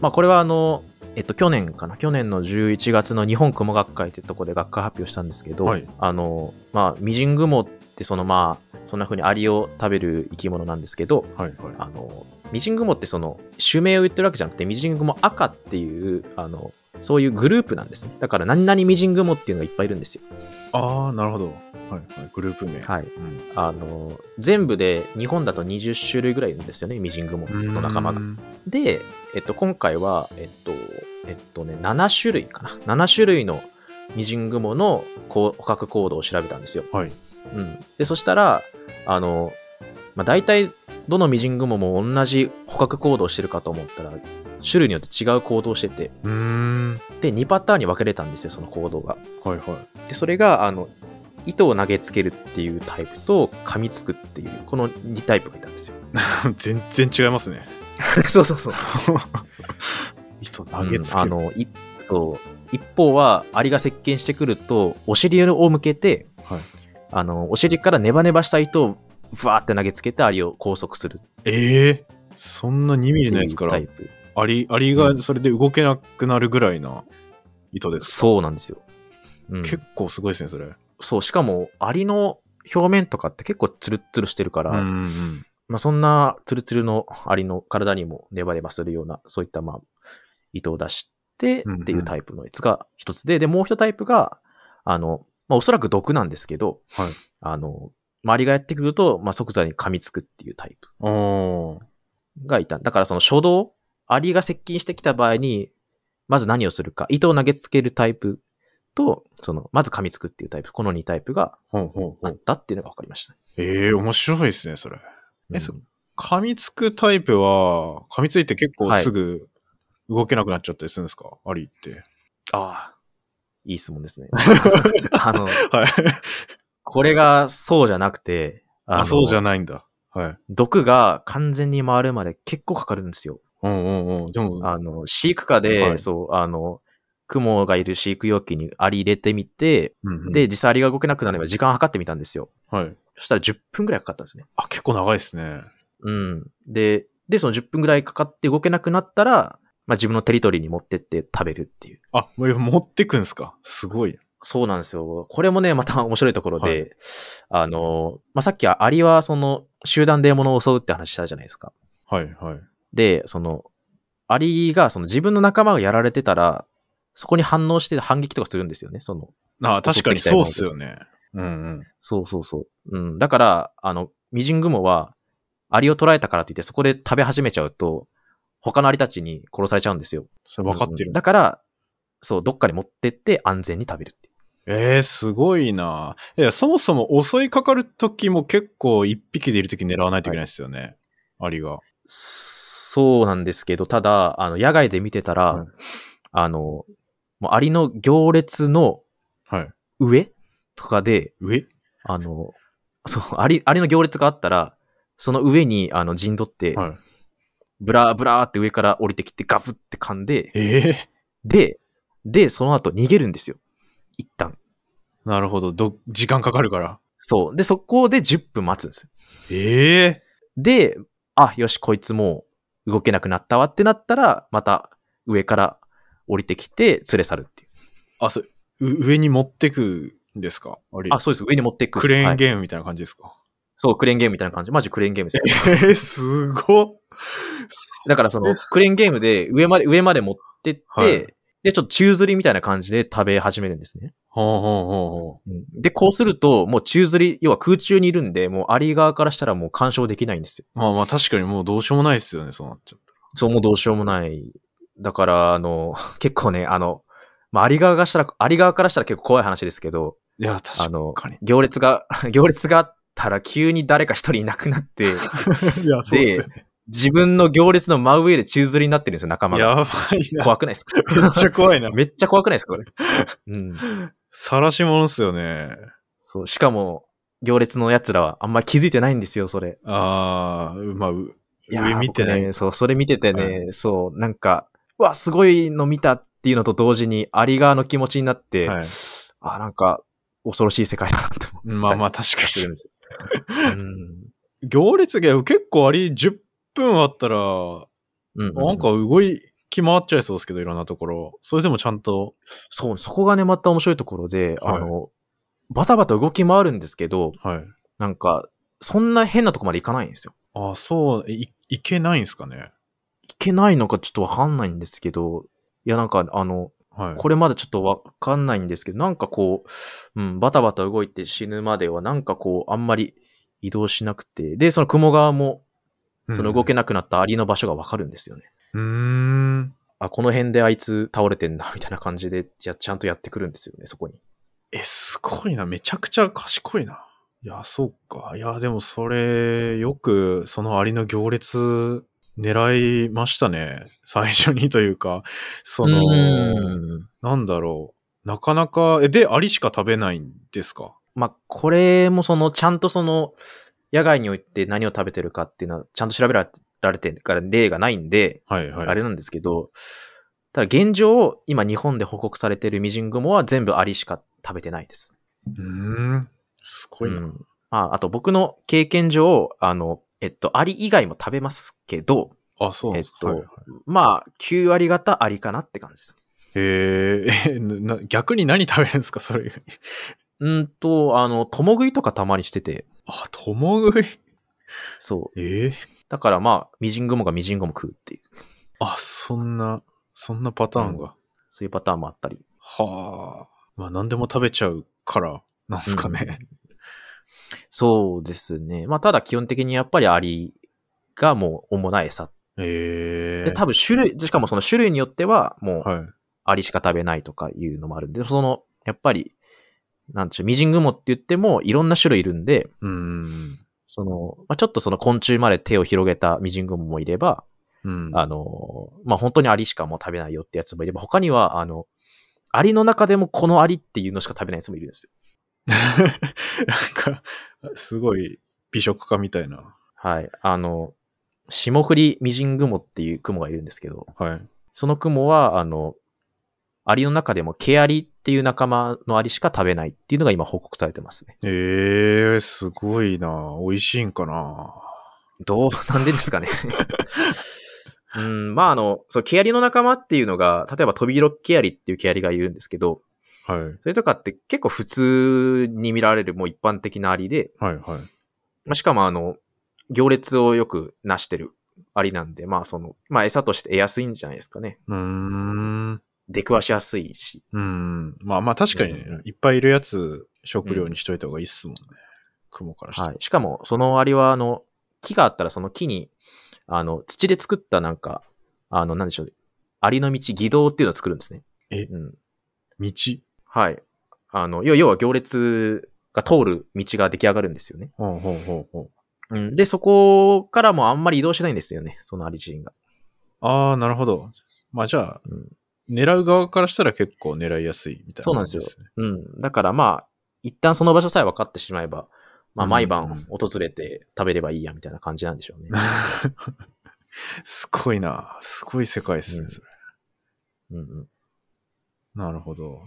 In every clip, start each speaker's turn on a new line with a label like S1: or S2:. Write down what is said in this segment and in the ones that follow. S1: まあ、これはあの、えっと、去年かな去年の11月の日本雲学会というところで学会発表したんですけど、
S2: はい
S1: あのまあ、ミジングモってそのまあそんな風にアリを食べる生き物なんですけど
S2: はいはい。
S1: あのミジングモってその種名を言ってるわけじゃなくてミジングモ赤っていうあのそういうグループなんですねだから何々ミジングモっていうのがいっぱいいるんですよ、
S2: ああ、なるほど。はいはい。グループ名。
S1: はい、
S2: うん
S1: あの全部で日本だと20種類ぐらいいるんですよねミジングモの仲間が
S2: うん
S1: で、えっと、今回は、えっと、えっとね、7種類かな。7種類のミジングモのこう捕獲行動を調べたんですよ。
S2: はい。
S1: うん。で、そしたら、あの、まあ、大体、どのミジングモも同じ捕獲行動をしてるかと思ったら、種類によって違う行動をしてて、
S2: うーん。
S1: で、2パターンに分けれたんですよ、その行動が。
S2: はいは
S1: で、それが、あの、糸を投げつけるっていうタイプと、噛みつくっていう、この2タイプがいたん ですよ。
S2: い。 全然違いますね。
S1: そうそうそう。
S2: 糸投げつけ
S1: うんあ
S2: る。
S1: のいそう一方はアリが接近してくるとお尻を向けて、
S2: はい
S1: あのお尻からネバネバした糸をふわーって投げつけてアリを拘束するって
S2: ええそんな2ミ
S1: い
S2: リのやつ
S1: う
S2: か
S1: タ
S2: ら
S1: イ、プ
S2: アリ、アリがそれで動けなくなるぐらいな糸です。
S1: そうなんですよ、うん、
S2: 結構すごいですね、それ。
S1: そうしかもアリの表面とかって結構ツルッツルしてるから、
S2: うんうん
S1: まあ、そんなツルツルのアリの体にもネバネバするようなそういったまあ糸を出して
S2: うんうん
S1: っていうタイプのやつが一つで、で、もう一タイプが、あの、まあ、おそらく毒なんですけど、
S2: はい
S1: あの、周りがやってくると、まあ、即座に噛みつくっていうタイプ
S2: おー
S1: がいた。だからその初動、アリが接近してきた場合に、まず何をするか、糸を投げつけるタイプと、その、まず噛みつくっていうタイプ、この2タイプが
S2: ほうほうほ
S1: あっ
S2: う。
S1: たっていうのが分かりましたね。
S2: ええ面白いですね、それ。えそ
S1: うん
S2: 噛みつくタイプは、噛みついて結構
S1: はい
S2: すぐ動けなくなっちゃったりするんですか、アリって。
S1: ああ、いい質問です ね。あの、
S2: はい。
S1: これがそうじゃなくて、
S2: あ
S1: の
S2: そうじゃないんだ。はい。
S1: 毒が完全に回るまで結構かかるんですよ。
S2: うんうんうん。でも、
S1: あの、飼育下で、
S2: はい
S1: そう、あの、クモがいる飼育容器にアリ入れてみて、
S2: うんうん、
S1: で、実際アリが動けなくなれば時間計ってみたんですよ。
S2: はい。
S1: そしたら10分くらいかかったんですね。
S2: あ、結構長いですね。
S1: うん。で、で、その10分くらいかかって動けなくなったら、まあ、自分のテリトリーに持ってって食べるっていう。
S2: あ、もう持ってくんですかすごい。
S1: そうなんですよ。これもね、また面白いところで、
S2: はい
S1: あの、まあ、さっきアリはその集団で獲物を襲うって話したじゃないですか。
S2: はいはい。
S1: で、その、アリがその自分の仲間がやられてたら、そこに反応して反撃とかするんですよね。その、
S2: あ、
S1: 襲
S2: 確
S1: って
S2: かに
S1: きたよ
S2: そうう
S1: な
S2: っすよね。うんうん。
S1: そうそうそう。うん。だから、あの、ミジングモは、アリを捕らえたからといって、そこで食べ始めちゃうと、他のアリたちに殺されちゃうんですよ。
S2: それ分かって
S1: う
S2: る。
S1: んだから、そう、どっかに持ってって安全に食べるっていう。
S2: えー、すごいな。いや、そもそも襲いかかる時も結構一匹でいる時狙わないといけないですよね。アリが。
S1: そうなんですけど、ただ、あの、野外で見てたら、
S2: はい
S1: あの、もうアリの行列の
S2: はい。
S1: 上とかで、
S2: 上
S1: あの、そう、アリ、アリの行列があったら、その上に、あの、陣取って、
S2: はい。
S1: ブラーブラーって上から降りてきて、ガフって噛んで、
S2: えー、
S1: で、で、その後逃げるんですよ。一旦。
S2: なるほどど。時間かかるから。
S1: そう。で、そこで10分待つんですよ。
S2: ええ
S1: で、あ、よし、こいつもう動けなくなったわってなったら、また上から降りてきて、連れ去るっていう。
S2: あ、そう、う上に持ってくんですかあれ
S1: あ、そうです。上に持っていくんです
S2: ク
S1: よ。
S2: レーン
S1: はい
S2: ゲームみたいな感じですか、
S1: そう、クレーンゲームみたいな感じ。マジクレーンゲームですよ。
S2: えー、すごっ
S1: だからその
S2: です、
S1: クレーンゲームで上まで、上まで持ってって、
S2: はい
S1: で、ちょっと宙づりみたいな感じで食べ始めるんですね。
S2: ほうほうほうほ
S1: で、こうすると、もう宙づり、要は空中にいるんで、もうアリ側からしたらもう干渉できないんですよ。
S2: う。まあまあ確かにもうどうしようもないですよね、そうなっちゃっ
S1: そう、もうどうしようもない。だから、あの、 結構ね、あの、まあ、アリ側がしたら、アリ側からしたら結構怖い話ですけど、
S2: たら。いや、
S1: あの
S2: 確かに。
S1: 行列が、 行列があったら急に誰か一人いなくな って、
S2: いや、そうっすよね。
S1: 自分の行列の真上で宙づりになってるんですよ、仲間が。
S2: やばいな。
S1: 怖くないですか
S2: めっちゃ怖い
S1: 。
S2: な
S1: めっちゃ怖くないですかこれ。うん。
S2: 晒し者っすよね。
S1: そう、しかも、行列の奴らはあんまり気づいてないんですよ、それ。
S2: ああ、まあ、う
S1: いやー
S2: 上見てな
S1: 僕
S2: い。
S1: ね。そう、それ見ててね、そう、なんか、うわ、すごいの見たっていうのと同時に、アリ側の気持ちになって、
S2: はい
S1: あ、なんか、恐ろしい世界だなって思っ
S2: まあまあ確か
S1: たりするん
S2: に。
S1: ですよ。うん。
S2: 行列芸、結構あり10分あったら、
S1: うんうんうん
S2: なんか動き回っちゃいそうですけど、いろんなところ。それでもちゃんと。
S1: そう、そこがね、また面白いところで、
S2: はい
S1: あの、バタバタ動き回るんですけど、
S2: はい。
S1: なんか、そんな変なとこまで行かないんですよ。
S2: ああ、そう、い、いけないんですかね。
S1: 行けないのかちょっとわかんないんですけど、いや、なんか、あの、
S2: はい。
S1: これまだちょっとわかんないんですけど、なんかこう、うん、バタバタ動いて死ぬまでは、なんかこう、あんまり移動しなくて、で、その雲側も、その動け
S2: な
S1: な
S2: い。
S1: くなったアリの場所がわかるんですよね。
S2: うーん。
S1: あ、この辺であいつ倒れてんな、 みたいな感じで、じゃちゃんとやってくるんですよね、そこに。
S2: え、すごいな。めちゃくちゃ賢いな。いや、そうか。いや、でもそれ、よく、そのアリの行列、狙いましたね。最初にというか、その、
S1: うん
S2: なんだろう。なかなか、え、で、アリしか食べないんですか
S1: まあ、これもその、ちゃんとその、野外において何を食べてるかっていうのは、ちゃんと調べられてるから例がないんで、
S2: はいはい。
S1: あれなんですけど、ただ現状、今日本で報告されているミジングモは全部アリしか食べてないです。
S2: うーん。すごいな。
S1: うんまあ、あと僕の経験上、あの、えっと、アリ以外も食べますけど、
S2: あ、そうなんですか。
S1: えっと
S2: はいはい
S1: まあ、9割方アリかなって感じです。
S2: えー、え な逆に何食べるんですかそれ以外に。
S1: うんと、あの、共食いとかたまにしてて、
S2: あ、共食い。
S1: そう。
S2: えー、
S1: だからまあ、ミジングモがミジングモ食うっていう、
S2: あ、そんな、そんなパターンが。
S1: そういうパターンもあったり。
S2: はあ。まあ、何でも食べちゃうから、なんすかね。
S1: そうですね。まあ、ただ基本的にやっぱりアリがもう主な餌。
S2: ええ
S1: で、多分種類、しかもその種類によっては、もう、
S2: はい。
S1: アリしか食べないとかいうのもあるんで、その、やっぱり、なんちゅう、ミジングモって言っても、いろんな種類いるんで、
S2: うーん。
S1: その、まあ、ちょっとその昆虫まで手を広げたミジングモもいれば、
S2: うん。
S1: あの、まあ、本当にアリしかもう食べないよってやつもいれば、他には、あの、アリの中でもこのアリっていうのしか食べないやつもいるんですよ。
S2: なんか、すごい美食家みたいな。
S1: はい。あの、霜降りミジングモっていう雲がいるんですけど、
S2: はい。
S1: その雲は、あの、アリの中でもケアリっていう仲間のアリしか食べないっていうのが今報告されてますね。
S2: ええすごいな。美味しいんかな。
S1: どう、なんでですかね。 うん、まああの、そう、ケアリの仲間っていうのが、例えばトビロケアリっていうケアリがいるんですけど、
S2: はい。
S1: それとかって結構普通に見られるもう一般的なアリで、
S2: はい、はい。
S1: まあ、しかもあの、行列をよくなしてるアリなんで、まあその、まあ餌として得やすいんじゃないですかね。
S2: うーん。
S1: 出くわしやすいし。
S2: うん。まあまあ確かにね、
S1: う
S2: いっぱいいるやつ、食料にしといた方がいいっすもんね。雲からして。
S1: はい。しかも、そのアリはあの、木があったらその木に、あの、土で作ったなんか、あの、なんでしょう、アリの道、偽道っていうのを作るんですね。
S2: え
S1: うん。
S2: 道。
S1: はい。あの、要要は行列が通る道が出来上がるんですよね。
S2: ほうほうほうほう。
S1: うん、で、そこからもあんまり移動しないんですよね、そのアリ自身が。
S2: ああ、なるほど。まあじゃあ、
S1: うん
S2: 狙う側からしたら結構狙いやすいみたいな
S1: そうなん
S2: 感
S1: です
S2: じ
S1: よ
S2: です
S1: う
S2: ね。
S1: ん。だからまあ、一旦その場所さえ分かってしまえば、まあ、
S2: うん
S1: 毎晩訪れて食べればいいや、みたいな感じなんでしょうね。
S2: すごいな。すごい世界です
S1: う
S2: ね、
S1: ん
S2: それ。
S1: うんうん、
S2: なるほど。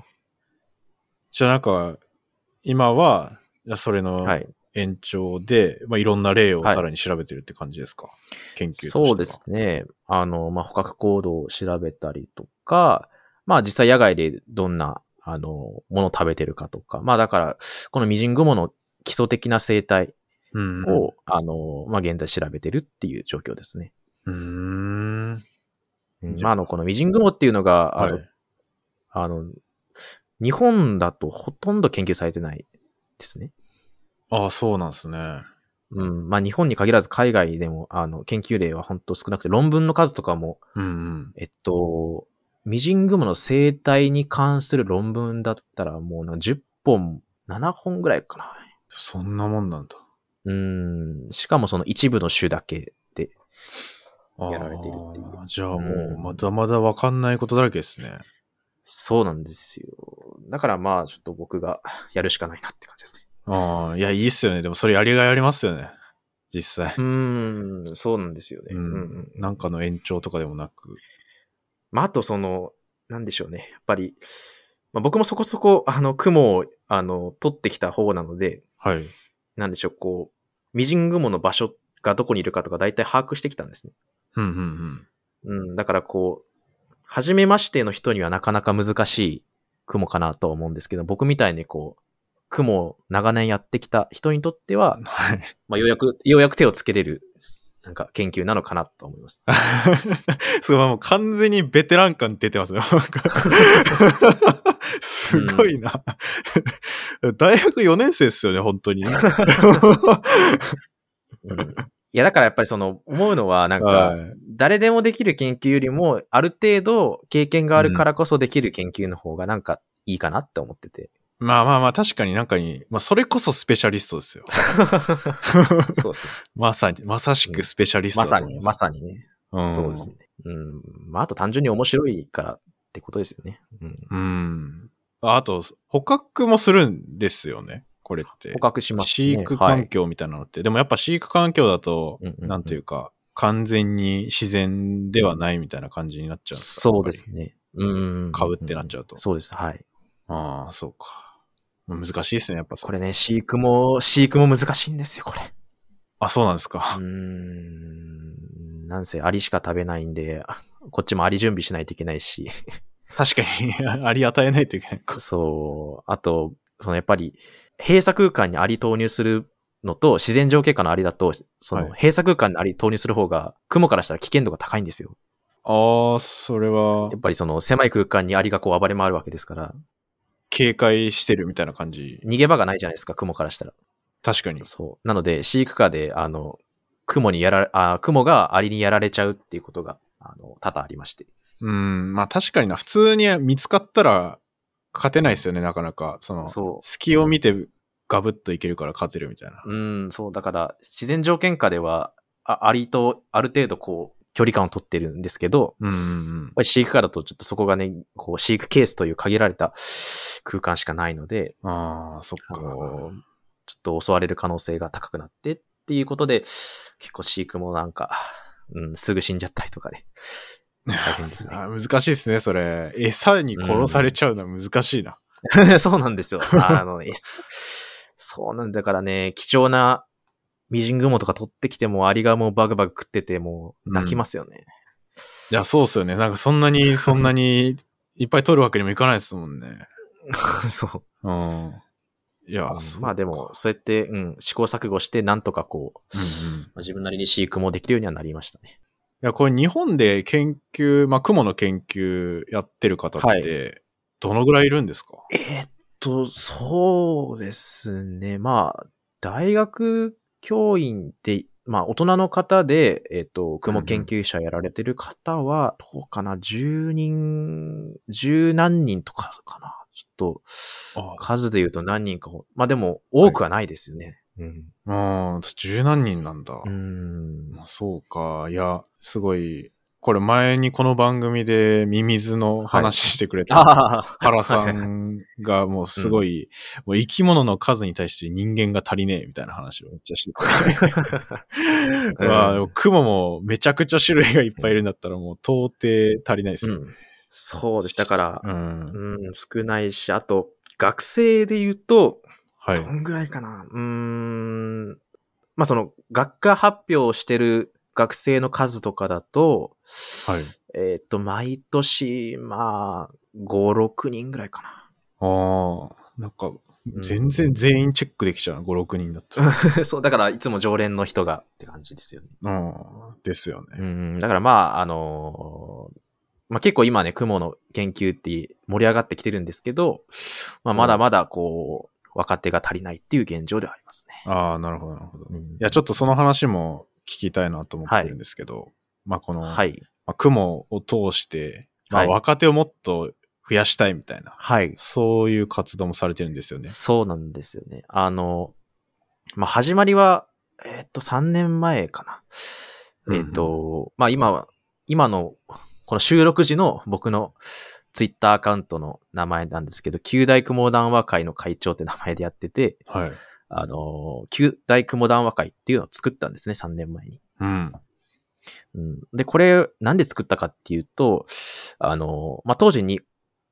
S2: じゃあなんか、今は、いやそれの
S1: はい。
S2: 延長で、いまあ、いろんな例を
S1: はい
S2: さらに調べてるって感じですか、研究としては
S1: そうです。ね。あの、まあ、捕獲行動を調べたりとか、まあ、実際野外でどんな、あの、ものを食べてるかとか、まあ、だから、このミジングモの基礎的な生態
S2: うん、うん。
S1: を、あの、まあ、現在調べてるっていう状況ですね。
S2: うーん。
S1: うん
S2: じ
S1: ま
S2: ゃあ
S1: あ、あの、このミジングモっていうのが、あ
S2: はい
S1: の、。あの日本だとほとんど研究されてないですね。
S2: ああ、そうなんですね。
S1: うん。まあ、日本に限らず海外でも、あの、研究例は本当少なくて、論文の数とかも、
S2: うんうん。
S1: えっと、ミジングモの生態に関する論文だったら、もうなんか10本、7本ぐらいかな。
S2: そんなもんなんだ。
S1: うん。しかもその一部の種だけで。
S2: ああ
S1: やられてるっていう
S2: じゃあもう、
S1: うん
S2: まだまだわかんないことだらけですね。
S1: そうなんですよ。だからまあ、ちょっと僕がやるしかないなって感じですね。
S2: ああ、いや、いいっすよね。でもそれやりがいありますよね。実際
S1: う。ーん、そうなんですよね。
S2: う
S1: うんうんん。
S2: なんかの延長とかでもなく。
S1: まあ、あとその、なんでしょうね。やっぱり、まあ、僕もそこそこ、あの、雲を、あの、取ってきた方なので、
S2: はい。
S1: なんでしょう、こう、ミジングモの場所がどこにいるかとか大体把握してきたんですね。
S2: うんうんうん。
S1: うん、だからこう、初めましての人にはなかなか難しい雲かなとは思うんですけど、僕みたいにこう、雲を長年やってきた人にとっては、
S2: はい。
S1: まあ、ようやく、ようやく手をつけれる、なんか研究なのかなと思います。
S2: すごい、もう完全にベテラン感出てますね。 なんかすごいな。大学4年生ですよね、本当に。
S1: うんいや、だからやっぱりその、思うのは、なんか、
S2: はい
S1: 誰でもできる研究よりも、ある程度経験があるからこそできる研究の方がなんかいいかなって思って て。
S2: まあまあまあ、確かになんかに、まあそれこそスペシャリストですよ。
S1: そうですね。
S2: まさに、まさしくスペシャリスト
S1: ま
S2: だ
S1: さ
S2: と思い
S1: に、
S2: ます。
S1: まさにね。
S2: うん
S1: そうですね。うん。まあ、あと単純に面白いからってことですよね。うん。
S2: うん。あと、捕獲もするんですよね、これって。
S1: 捕獲しますね。
S2: 飼育
S1: は
S2: 環
S1: い。
S2: 境みたいなのって、でもやっぱ飼育環境だと、
S1: うんうんうん
S2: なんというか、完全に自然ではないみたいな感じになっちゃうんですか
S1: そうです。ね。うん。
S2: 買うってなっちゃうと
S1: そうです。はい。
S2: やっぱりああ、そうか。難しいですね、やっぱそ
S1: これね、飼育も、飼育も難しいんですよ、これ。
S2: あ、そうなんです
S1: う
S2: か。
S1: ーん。なんせ、アリしか食べないんで、 こっちもアリ準備しないといけないし。
S2: 確かに、あり与えないといけない。
S1: そう。あと、そのやっぱり、閉鎖空間にアリ投入するのと、自然条件下のアリだと、その
S2: はい
S1: 閉鎖空間にアリ投入する方が、雲からしたら危険度が高いんですよ。
S2: ああ、それは
S1: やっ、ぱりその狭い空間にアリがこう暴れ回るわけですから、
S2: 警戒してるみたいな感じ。
S1: 逃げ場がないじゃないですか、雲からしたら。
S2: 確かに。
S1: そう。なので、飼育下で、あの、雲にやら、あ雲がアリにやられちゃうっていうことが、あの、多々ありまして。
S2: うん、まあ確かにな。普通に見つかったら、勝てないですよね、なかなか。その、
S1: そう。
S2: 隙を見て、ガブッといけるから勝てるみたいな。
S1: うん、そう、だから、自然条件下では、あアリとある程度こう、距離感を取ってるんですけど、
S2: うんうんうん
S1: やっ。ぱり飼育下だとちょっとそこがね、こう、飼育ケースという限られた空間しかないので、
S2: ああ、そっ
S1: あ
S2: か。
S1: のちょっと襲われる可能性が高くなってっていうことで、結構飼育もなんか、うん、すぐ死んじゃったりとかね。大変 ですね。
S2: あー難しいですね、それ。餌に殺されちゃうのは難しいな。
S1: そうなんですよ。あの、えそうなんだからね、貴重なミジングモとか取ってきても、アリがもうバグバグ食ってて、もう泣きますよね。
S2: いや、そうっすよね。なんかそんなに、そんなに、いっぱい取るわけにもいかないですもんね。
S1: そう。
S2: うん。いや、そう
S1: まあでも、そうやって、うん、試行錯誤して、なんとかこう、
S2: うんうん。い
S1: まあ自分なりに飼育もできるようにはなりましたね。
S2: や、これ日本で研究、まあ、雲の研究やってる方って、
S1: はい
S2: どのぐらいいるんですか
S1: えーっと、そうですね。まあ、大学教員で、まあ、大人の方で、えーっと、雲研究者やられてる方は、どうかな、10人、10何人とかかな。ちょ
S2: あ
S1: っと、数で言うと何人かほ、まあでも、多くはないですよね。うん。
S2: うん、十何人なんだ。
S1: うん。
S2: まあ、そうか。いや、すごい。これ前にこの番組でミミズの話してくれた、
S1: ああ、
S2: 原さんがもうすごい、もう生き物の数に対して人間が足りねえみたいな話をめっちゃしてて。
S1: うん
S2: まあ、でも雲もめちゃくちゃ種類がいっぱいいるんだったらもう到底足りないです
S1: う
S2: よ。
S1: ん。そうです。だから、
S2: うん。
S1: うん、少ないし、あと、学生で言うと、
S2: はい
S1: ど。んぐらいかな。うーん。まあ、その、学科発表をしてる学生の数とかだと、
S2: はい。
S1: えーっと、毎年、まあ、5、6人ぐらいか
S2: ああ、なんか、
S1: ん
S2: 全然全員チェックできちゃうな、5、6人だったら。
S1: な。 そう、だから、いつも常連の人がって感じですよね。
S2: うん。ですよね。
S1: うん、だからまあ、あのーまあ結構今ね、雲の研究って盛り上がってきてるんですけど、まあまだまだこう、若手が足りないっていう現状ではありますね。
S2: ああ、なるほど、なるほど。
S1: うん
S2: いや、ちょっとその話も聞きたいなと思ってるんですけど、まあ、この、
S1: はい。
S2: まあ、雲を通して、まあ、
S1: はい
S2: 若手をもっと増やしたいみたいな、
S1: はい。
S2: そういう活動もされてるんですよね。
S1: そうなんですよね。あの、まあ、始まりは、えーっと、3年前か
S2: うん
S1: な。
S2: う
S1: え
S2: ん
S1: ーっと、まあ、今は、今の、この収録時の僕のツイッターアカウントの名前なんですけど、九大雲談話会の会長って名前でやってて、
S2: はい。
S1: あの、九大雲談話会っていうのを作ったんですね、3年前に。
S2: うん。
S1: うん、で、これ、なんで作ったかっていうと、あの、まあ、当時に、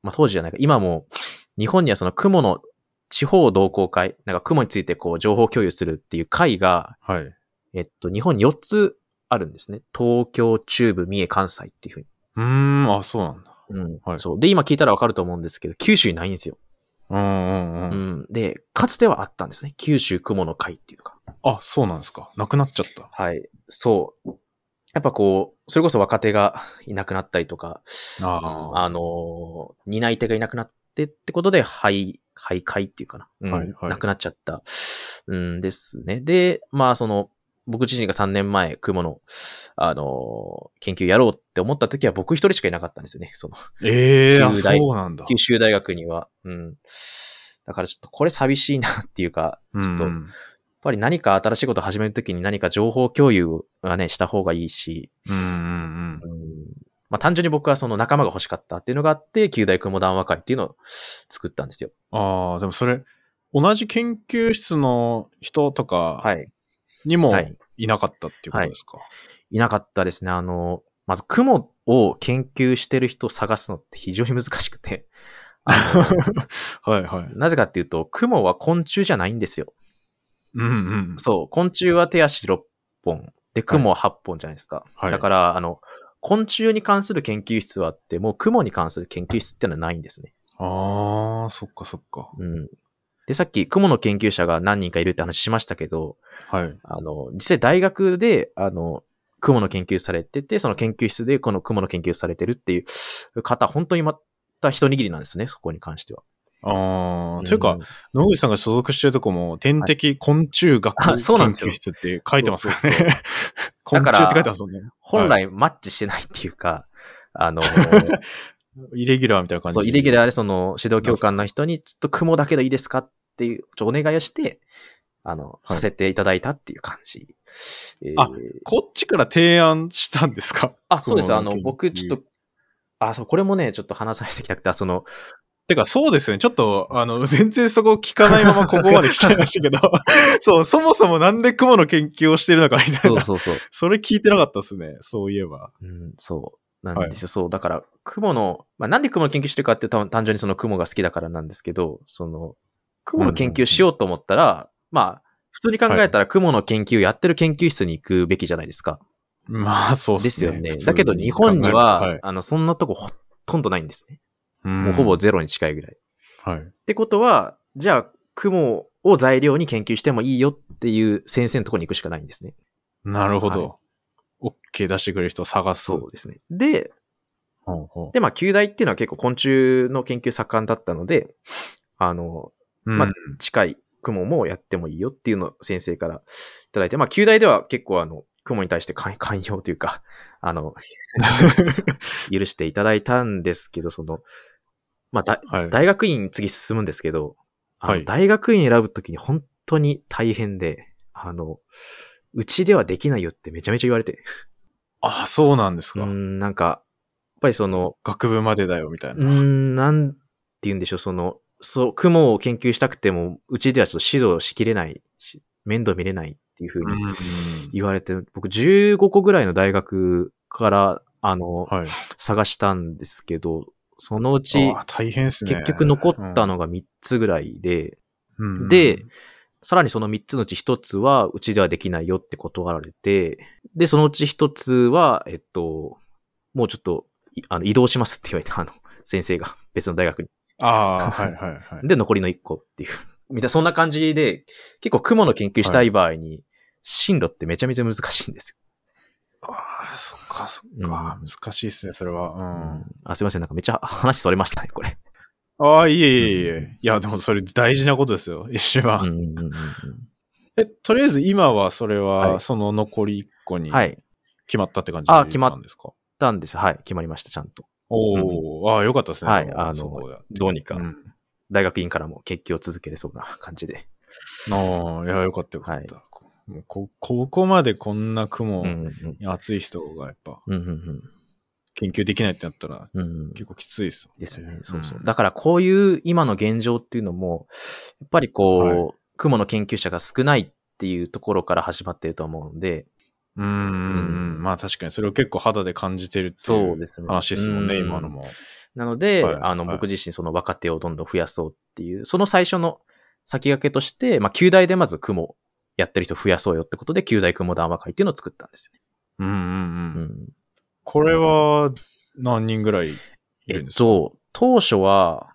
S1: まあ、当時じゃないか、今も、日本にはその雲の地方同好会、なんか雲についてこう情報共有するっていう会が、
S2: はい。
S1: えっと、日本に4つあるんですね。東京、中部、三重、関西っていうふうに。
S2: うーん、あ、そうなんだ。
S1: うん。
S2: はい
S1: そう。で、今聞いたらわかると思うんですけど、九州にないんですよ。
S2: うんうん
S1: う
S2: うん。
S1: ん。で、かつてはあったんですね。九州雲の会っていうのが。
S2: あ、そうなんですか。なくなっちゃった。
S1: はい。そう。やっぱこう、それこそ若手が いなくなったりとか、
S2: あー
S1: あの、担い手がいなくなってってことで、廃、廃会っていうかな。うん
S2: はいはい
S1: なくなっちゃった。うんですね。で、まあその、僕自身が3年前、雲の、あの、研究やろうって思った時は僕一人しかいなかったんですよね。その、
S2: ええー、あ、
S1: 旧大
S2: そうなんだ。
S1: 九州大学には。うん。だからちょっとこれ寂しいなっていうか、ちょっと、
S2: うん
S1: やっぱり何か新しいことを始めるときに何か情報共有はね、した方がいいし、
S2: うんうん
S1: うんまあ単純に僕はその仲間が欲しかったっていうのがあって、九大雲談話会っていうのを作ったんですよ。
S2: うん。ああ、でもそれ、同じ研究室の人と
S1: は
S2: か
S1: い。
S2: にも
S1: はい。
S2: いなかったっていうことですか。
S1: いなかったですね。あの、まず雲を研究してる人を探すのって非常に難しくて。 あ
S2: はい、はい、はい。
S1: のなぜかっていうと、雲は昆虫じゃないんですよ。
S2: うんうん。
S1: そう、昆虫は手足6本、で、雲は8本じゃないですか。
S2: はい
S1: だから、あの、昆虫に関する研究室はあっても、雲に関する研究室ってのはないんですね。
S2: ああ、そっかそっか。
S1: うん。で、さっき雲の研究者が何人かいるって話しましたけど、
S2: はい。
S1: あの、実際大学で、あの、雲の研究されてて、その研究室でこの雲の研究されてるっていう方、本当にまた一握りなんですね、そこに関しては。
S2: ああ、というか
S1: ん、、
S2: 野口さんが所属してるとこも、天敵昆虫学研
S1: あそうなんですよ
S2: 究室って書いてますから
S1: そう
S2: ね。 昆
S1: う
S2: 虫って書いてますもんね。
S1: 本来マッチしてないっていうか、あ の、
S2: イレギュラーみたいな感じ
S1: そう、イレギュ
S2: ー。
S1: ラーでその指導教官の人に、ちょっと雲だけでいいですかっていう、ちょお願いをして、あの、
S2: い
S1: させていただいたっていう感じ。えー
S2: あこっちから提案したんですか
S1: あそうです。あの
S2: 雲、
S1: 僕、
S2: 研究
S1: ちょっと、あ、そう、これもね、ちょっと話されてきたくて、その、
S2: てか、そうですよね。ちょっと、あの、全然そこ聞かないままここまで来ちゃいましたけ ど、そう、そもそもなんで雲の研究をしてるのかみたい
S1: そう
S2: な。
S1: そうそう。
S2: それ聞いてなかったですね。そういえば。
S1: うん、そう。なんですよ。そう。だから、雲の、まあ、なんで雲の研究してるかって多分単純にその雲が好きだからなんですけど、その、雲の研究しようと思ったら、まあ、普通に考えたら雲の研究やってる研究室に行くべきじゃないですか。
S2: まあ、そう
S1: で
S2: ですす
S1: よ
S2: ね。
S1: ね
S2: 普。通
S1: だけど日本には、
S2: 考える
S1: あの、そんなとこほとんどないんですね。
S2: とはい、
S1: もうほぼゼロに近いぐらい。っ
S2: うん。はい。
S1: てことは、じゃあ、雲を材料に研究してもいいよっていう先生のとこに行くしかないんですね。
S2: なるほ
S1: はい
S2: ど。OK 出してくれる人を探す。
S1: そうですね。で、
S2: ほうほ
S1: で、まあ、旧大っていうのは結構昆虫の研究盛んだったので、あの、
S2: う。
S1: まあ
S2: うん
S1: 近い雲もやってもいいよっていうのを先生からいただいて、まあ、旧大では結構あの、雲に対して寛寛容というか、 あ の、許していただいたんですけど、その、まあ、だ
S2: はい。
S1: 大学院に次進むんですけど、あの
S2: はい
S1: 大学院選ぶときに本当に大変で、あの、うちではできないよってめちゃめちゃ言われて、
S2: ああ、そうなんです
S1: う
S2: か。
S1: ん、なんか、やっぱりその、
S2: 学部までだよ、みたいう
S1: ー
S2: な。
S1: ん、なんて言うんでしょう、その、そう、雲を研究したくても、うちではちょっと指導しきれないし、面倒見れないっていうふう
S2: う
S1: に
S2: ん
S1: 言われて、僕15個ぐらいの大学から、あの、
S2: はい。
S1: 探したんですけど、そのうち
S2: あ、あ大変ですね。
S1: 結局残ったのが3つぐらいで、
S2: うん、うん
S1: で、さらにその3つのうち1つは、うちではできないよって断られて、で、そのうち1つは、えっと、もうちょっと、いあの移動しますって言われた、あの、先生が別の大学に。
S2: ああ、はいはいはい。
S1: で、残りの1個っていう。 みたいな、そんな感じで、結構雲の研究したい場合に、進路ってめちゃめちゃ難しいんです
S2: ああ、そっかそっか。難しいですね、それは。う
S1: よ。
S2: ん。
S1: あ、すいません。なんかめっちゃ話それましたね、これ。
S2: ああ、いえいえいえ。
S1: うん
S2: いや、でもそれ大事なことですよ、一
S1: うん
S2: 番。
S1: うんうんうん
S2: え、とりあえず今はそれ
S1: は
S2: は、
S1: い
S2: その残り1個
S1: う
S2: に
S1: ん。はい。行っ
S2: 決まったって感じ
S1: あ
S2: な
S1: あ決まっ
S2: んですか、
S1: たんです。はい。決まりました、ちゃんと。
S2: おお、ああ、よかったですね。
S1: はい
S2: でも
S1: あの
S2: そこで
S1: どうにか
S2: う、ん
S1: 大学院からも決起を続けれそうな感じで。
S2: ああ、いや、よかったよかった。もうこここまでこんな雲、
S1: うんうんうん。
S2: 熱い人がやっぱ
S1: うんうん
S2: 研究できないってなったら
S1: うん。うん
S2: 結構きついですよ、
S1: ですね。そうそう。
S2: ん
S1: だからこういう今の現状っていうのも、やっぱりこう、
S2: は
S1: 雲の研究者が少ないっていうところから始まってると思うんで、
S2: うんうん
S1: う
S2: うんん。まあ確かにそれを結構肌で感じてるって
S1: そ
S2: いう
S1: ですね
S2: 話ですもんね、
S1: うん
S2: 今のも。
S1: なので、
S2: はい
S1: あの、
S2: はい
S1: 僕自身その若手をどんどん増やそうっていう、その最初の先駆けとして、まあ、旧大でまず雲やってる人増やそうよってことで、旧大雲談話会っていうのを作ったんですよね。
S2: うんうん
S1: う
S2: うん。
S1: ん。
S2: これは、何人ぐらいい
S1: え
S2: る
S1: っ
S2: んですか
S1: と、当初は、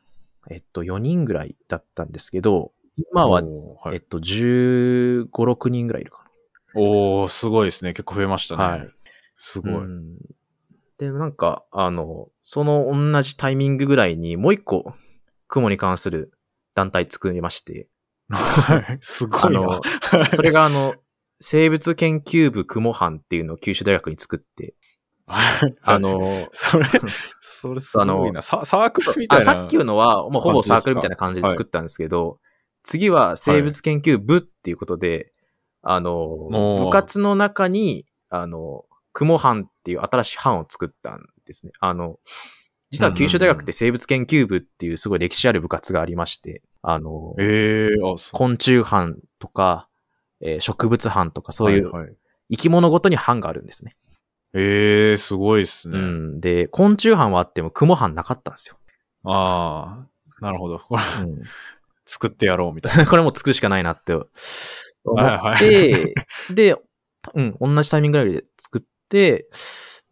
S1: えっと、4人ぐらいだったんですけど、今は、
S2: おーは
S1: えっ
S2: い、
S1: と、15、6人ぐらいいるか
S2: おーすごいですね。結構増えました
S1: な。
S2: ね。
S1: はい。
S2: すごい。
S1: うんで、なんか、あの、その同じタイミングぐらいに、もう一個、雲に関する団体作りまして、
S2: はい すご
S1: あ
S2: い
S1: の
S2: な。、
S1: それがあの、生物研究部雲班っていうのを九州大学に作って、
S2: はい
S1: あ、の、
S2: それ、それすごいな。ササークルみたい
S1: あ
S2: な。
S1: さっきのは、もうほぼサークルみたいな感じで
S2: はい
S1: 作ったんですけど、次は生物研究部っていうことで、あの、
S2: ー
S1: 部活の中に、あの、雲班っていう新しい班を作ったんですね。あの、実は九州大学って生物研究部っていうすごい歴史ある部活がありまして、あの、
S2: ええあ、そう。
S1: 昆虫班とか、えー植物班とかそういう
S2: はいはい
S1: 生き物ごとに班があるんですね。
S2: ええすごいですね。
S1: うん。で、昆虫班はあっても雲班なかったんですよ。
S2: ああ、なるほど。 これ、
S1: うん
S2: 作ってやろうみた い
S1: これもう作るしかないなって思
S2: は
S1: っ
S2: い
S1: て、で、うん、同じタイミングぐらいで作って、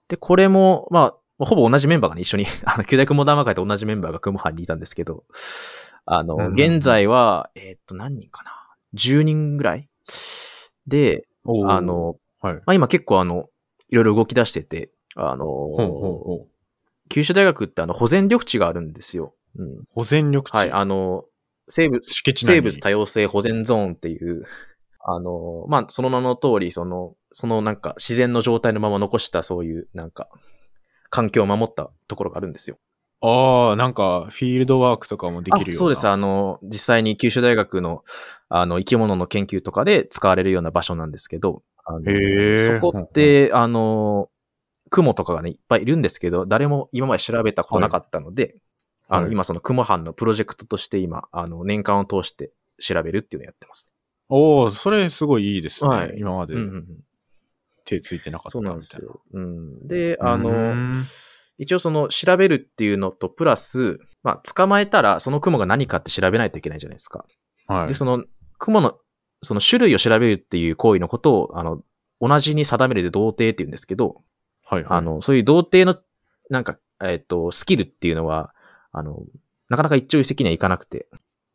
S1: で、これも、まあ、ほぼ同じメンバーがね、一緒に、 あの、旧大雲談話会と同じメンバーが雲班にいたんですけど、あ
S2: うんうんう
S1: の、
S2: ん
S1: 現在は、えーっと、何人かな ?10 人ぐらいで、
S2: な。
S1: あ、の、
S2: はい。
S1: まあ、今結構あの、いろいろ動き出してて、あの、
S2: ほうほうほう。
S1: 九州大学ってあの、保全緑地があるんですよ。うん。
S2: 保全緑地。
S1: はい、あの、生物、
S2: 敷地内に
S1: 生物多様性保全ゾーンっていう、 あの、まあ、その名の通り、その、そのなんか自然の状態のまま残したそういう、なんか、環境を守ったところがあるんですよ。
S2: ああ、なんか、フィールドワークとかもできるような。
S1: あそうです。あの、実際に九州大学の、あの、生き物の研究とかで使われるような場所なんですけど、あの
S2: へー
S1: そこって、あの、雲とかがね、いっぱいいるんですけど、誰も今まで調べたことなかったので、あの、
S2: はい
S1: 今その雲班のプロジェクトとして今、あの、年間を通して調べるっていうのをやってます。
S2: おおそれすごいいいですね。
S1: はい
S2: 今まで
S1: うんうんうん
S2: 手ついてなかった
S1: そう
S2: み
S1: な
S2: た
S1: いん
S2: な。
S1: ですよ。うん。で、あ
S2: う
S1: の、
S2: ーん
S1: 一応その調べるっていうのとプラス、まあ捕まえたらその雲が何かって調べないといけないじゃないですか。
S2: はい
S1: で、。その雲の、その種類を調べるっていう行為のことを、あの、同じに定めるで同定って言うんですけど、
S2: はいはい。
S1: あの、そういう同定の、なんか、えっ、と、スキルっていうのは、あの、なかなか一朝一夕にはいかなくて、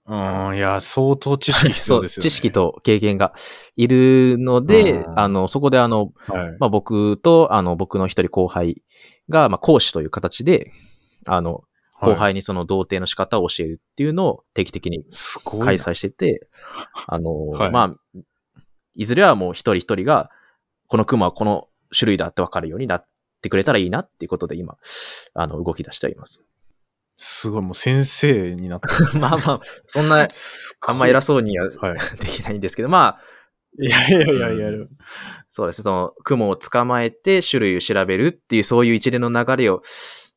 S2: うーん、いや、相当知識必要ですよ、ね。
S1: 知識。と経験がいるので、
S2: うん
S1: あの、そこであの、
S2: はい。
S1: まあ、僕と、あの、僕の一人後輩が、まあ、講師という形で、あの、後
S2: はい。
S1: 輩にその童貞の仕方を教えるっていうのを定期的に
S2: すごいな。
S1: 開催してて、あの、
S2: はい
S1: まあ、いずれはもう一人一人が、このクマはこの種類だってわかるようになってくれたらいいなっていうことで今、あの、動き出してはいます。
S2: すごい、もう先生になったんです ね。
S1: まあまあ、 そんな、
S2: すご
S1: あ
S2: い
S1: んま偉そうには
S2: はい。
S1: できないんですけど、まあ、
S2: いやいやいやいや、
S1: うそうですね、その、雲を捕まえて種類を調べるっていう、そういう一連の流れを、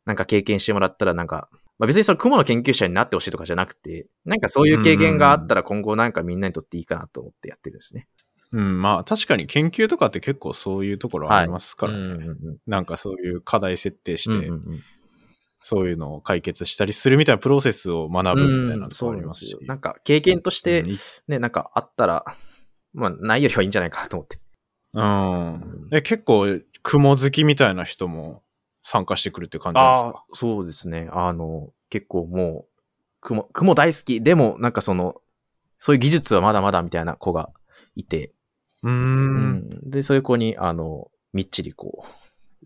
S1: なんか経験してもらったら、なんか、まあ別にその雲の研究者になってほしいとかじゃなくて、なんかそういう経験があったら今後なんかみんなにとっていいかなと思ってやってるんですね。
S2: うん、まあ確かに研究とかって結構そういうところありますからね。
S1: うんうんうん
S2: なんかそういう課題設定して、
S1: うんうんうん
S2: そういうのを解決したりするみたいなプロセスを学ぶみたいな
S1: うん
S2: とこ
S1: そう
S2: ろあ
S1: な
S2: り
S1: ん
S2: ま
S1: ですす
S2: し
S1: よ。。なんか経験として
S2: うんい
S1: ね、なんかあったら、まあないよりはいいんじゃないかなと思って。
S2: うん。え、結構、雲好きみたいな人も参加してくるって感じなんです
S1: あー
S2: か
S1: そうですね。あの、結構もう、雲、雲大好き。でも、なんかその、そういう技術はまだまだみたいな子がいて、
S2: うー。
S1: うんで、そういう子に、あの、みっちりこう、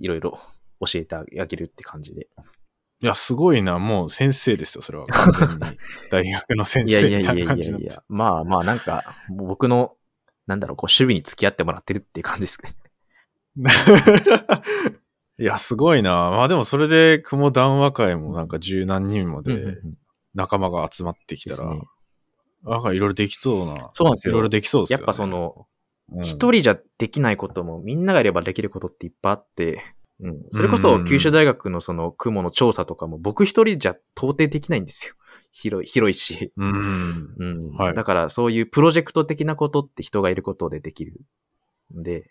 S1: いろいろ教えてあげるって感じで。
S2: いや、すごいな。もう先生ですよ、それは。完全に。大学の先
S1: いや
S2: 生
S1: いやい
S2: み
S1: や
S2: た
S1: いや
S2: いない
S1: や
S2: 感じにないって。
S1: や、まあまあ、なんか、もう僕の、なんだろう、こう、趣味に付き合ってもらってるっていう感じですね。
S2: いや、すごいな。まあでもそれで、雲談話会もなんか十何人まで仲間が集まってき
S1: で
S2: た
S1: す
S2: ら、
S1: ね
S2: なんかいろいろできそうな。
S1: そうなんです
S2: い
S1: よ。
S2: ろいろできそうです
S1: や
S2: よ、
S1: っ
S2: ね。
S1: ぱそ、の、
S2: うん、
S1: 一、人じゃできないことも、みんながいればできることっていっぱいあって、うん、それこそ九州大学のその雲の調査とかも僕一人じゃ到底できないんですよ。広い、広いし。
S2: うん。
S1: うん
S2: はい
S1: だからそういうプロジェクト的なことって人がいることでできるんで、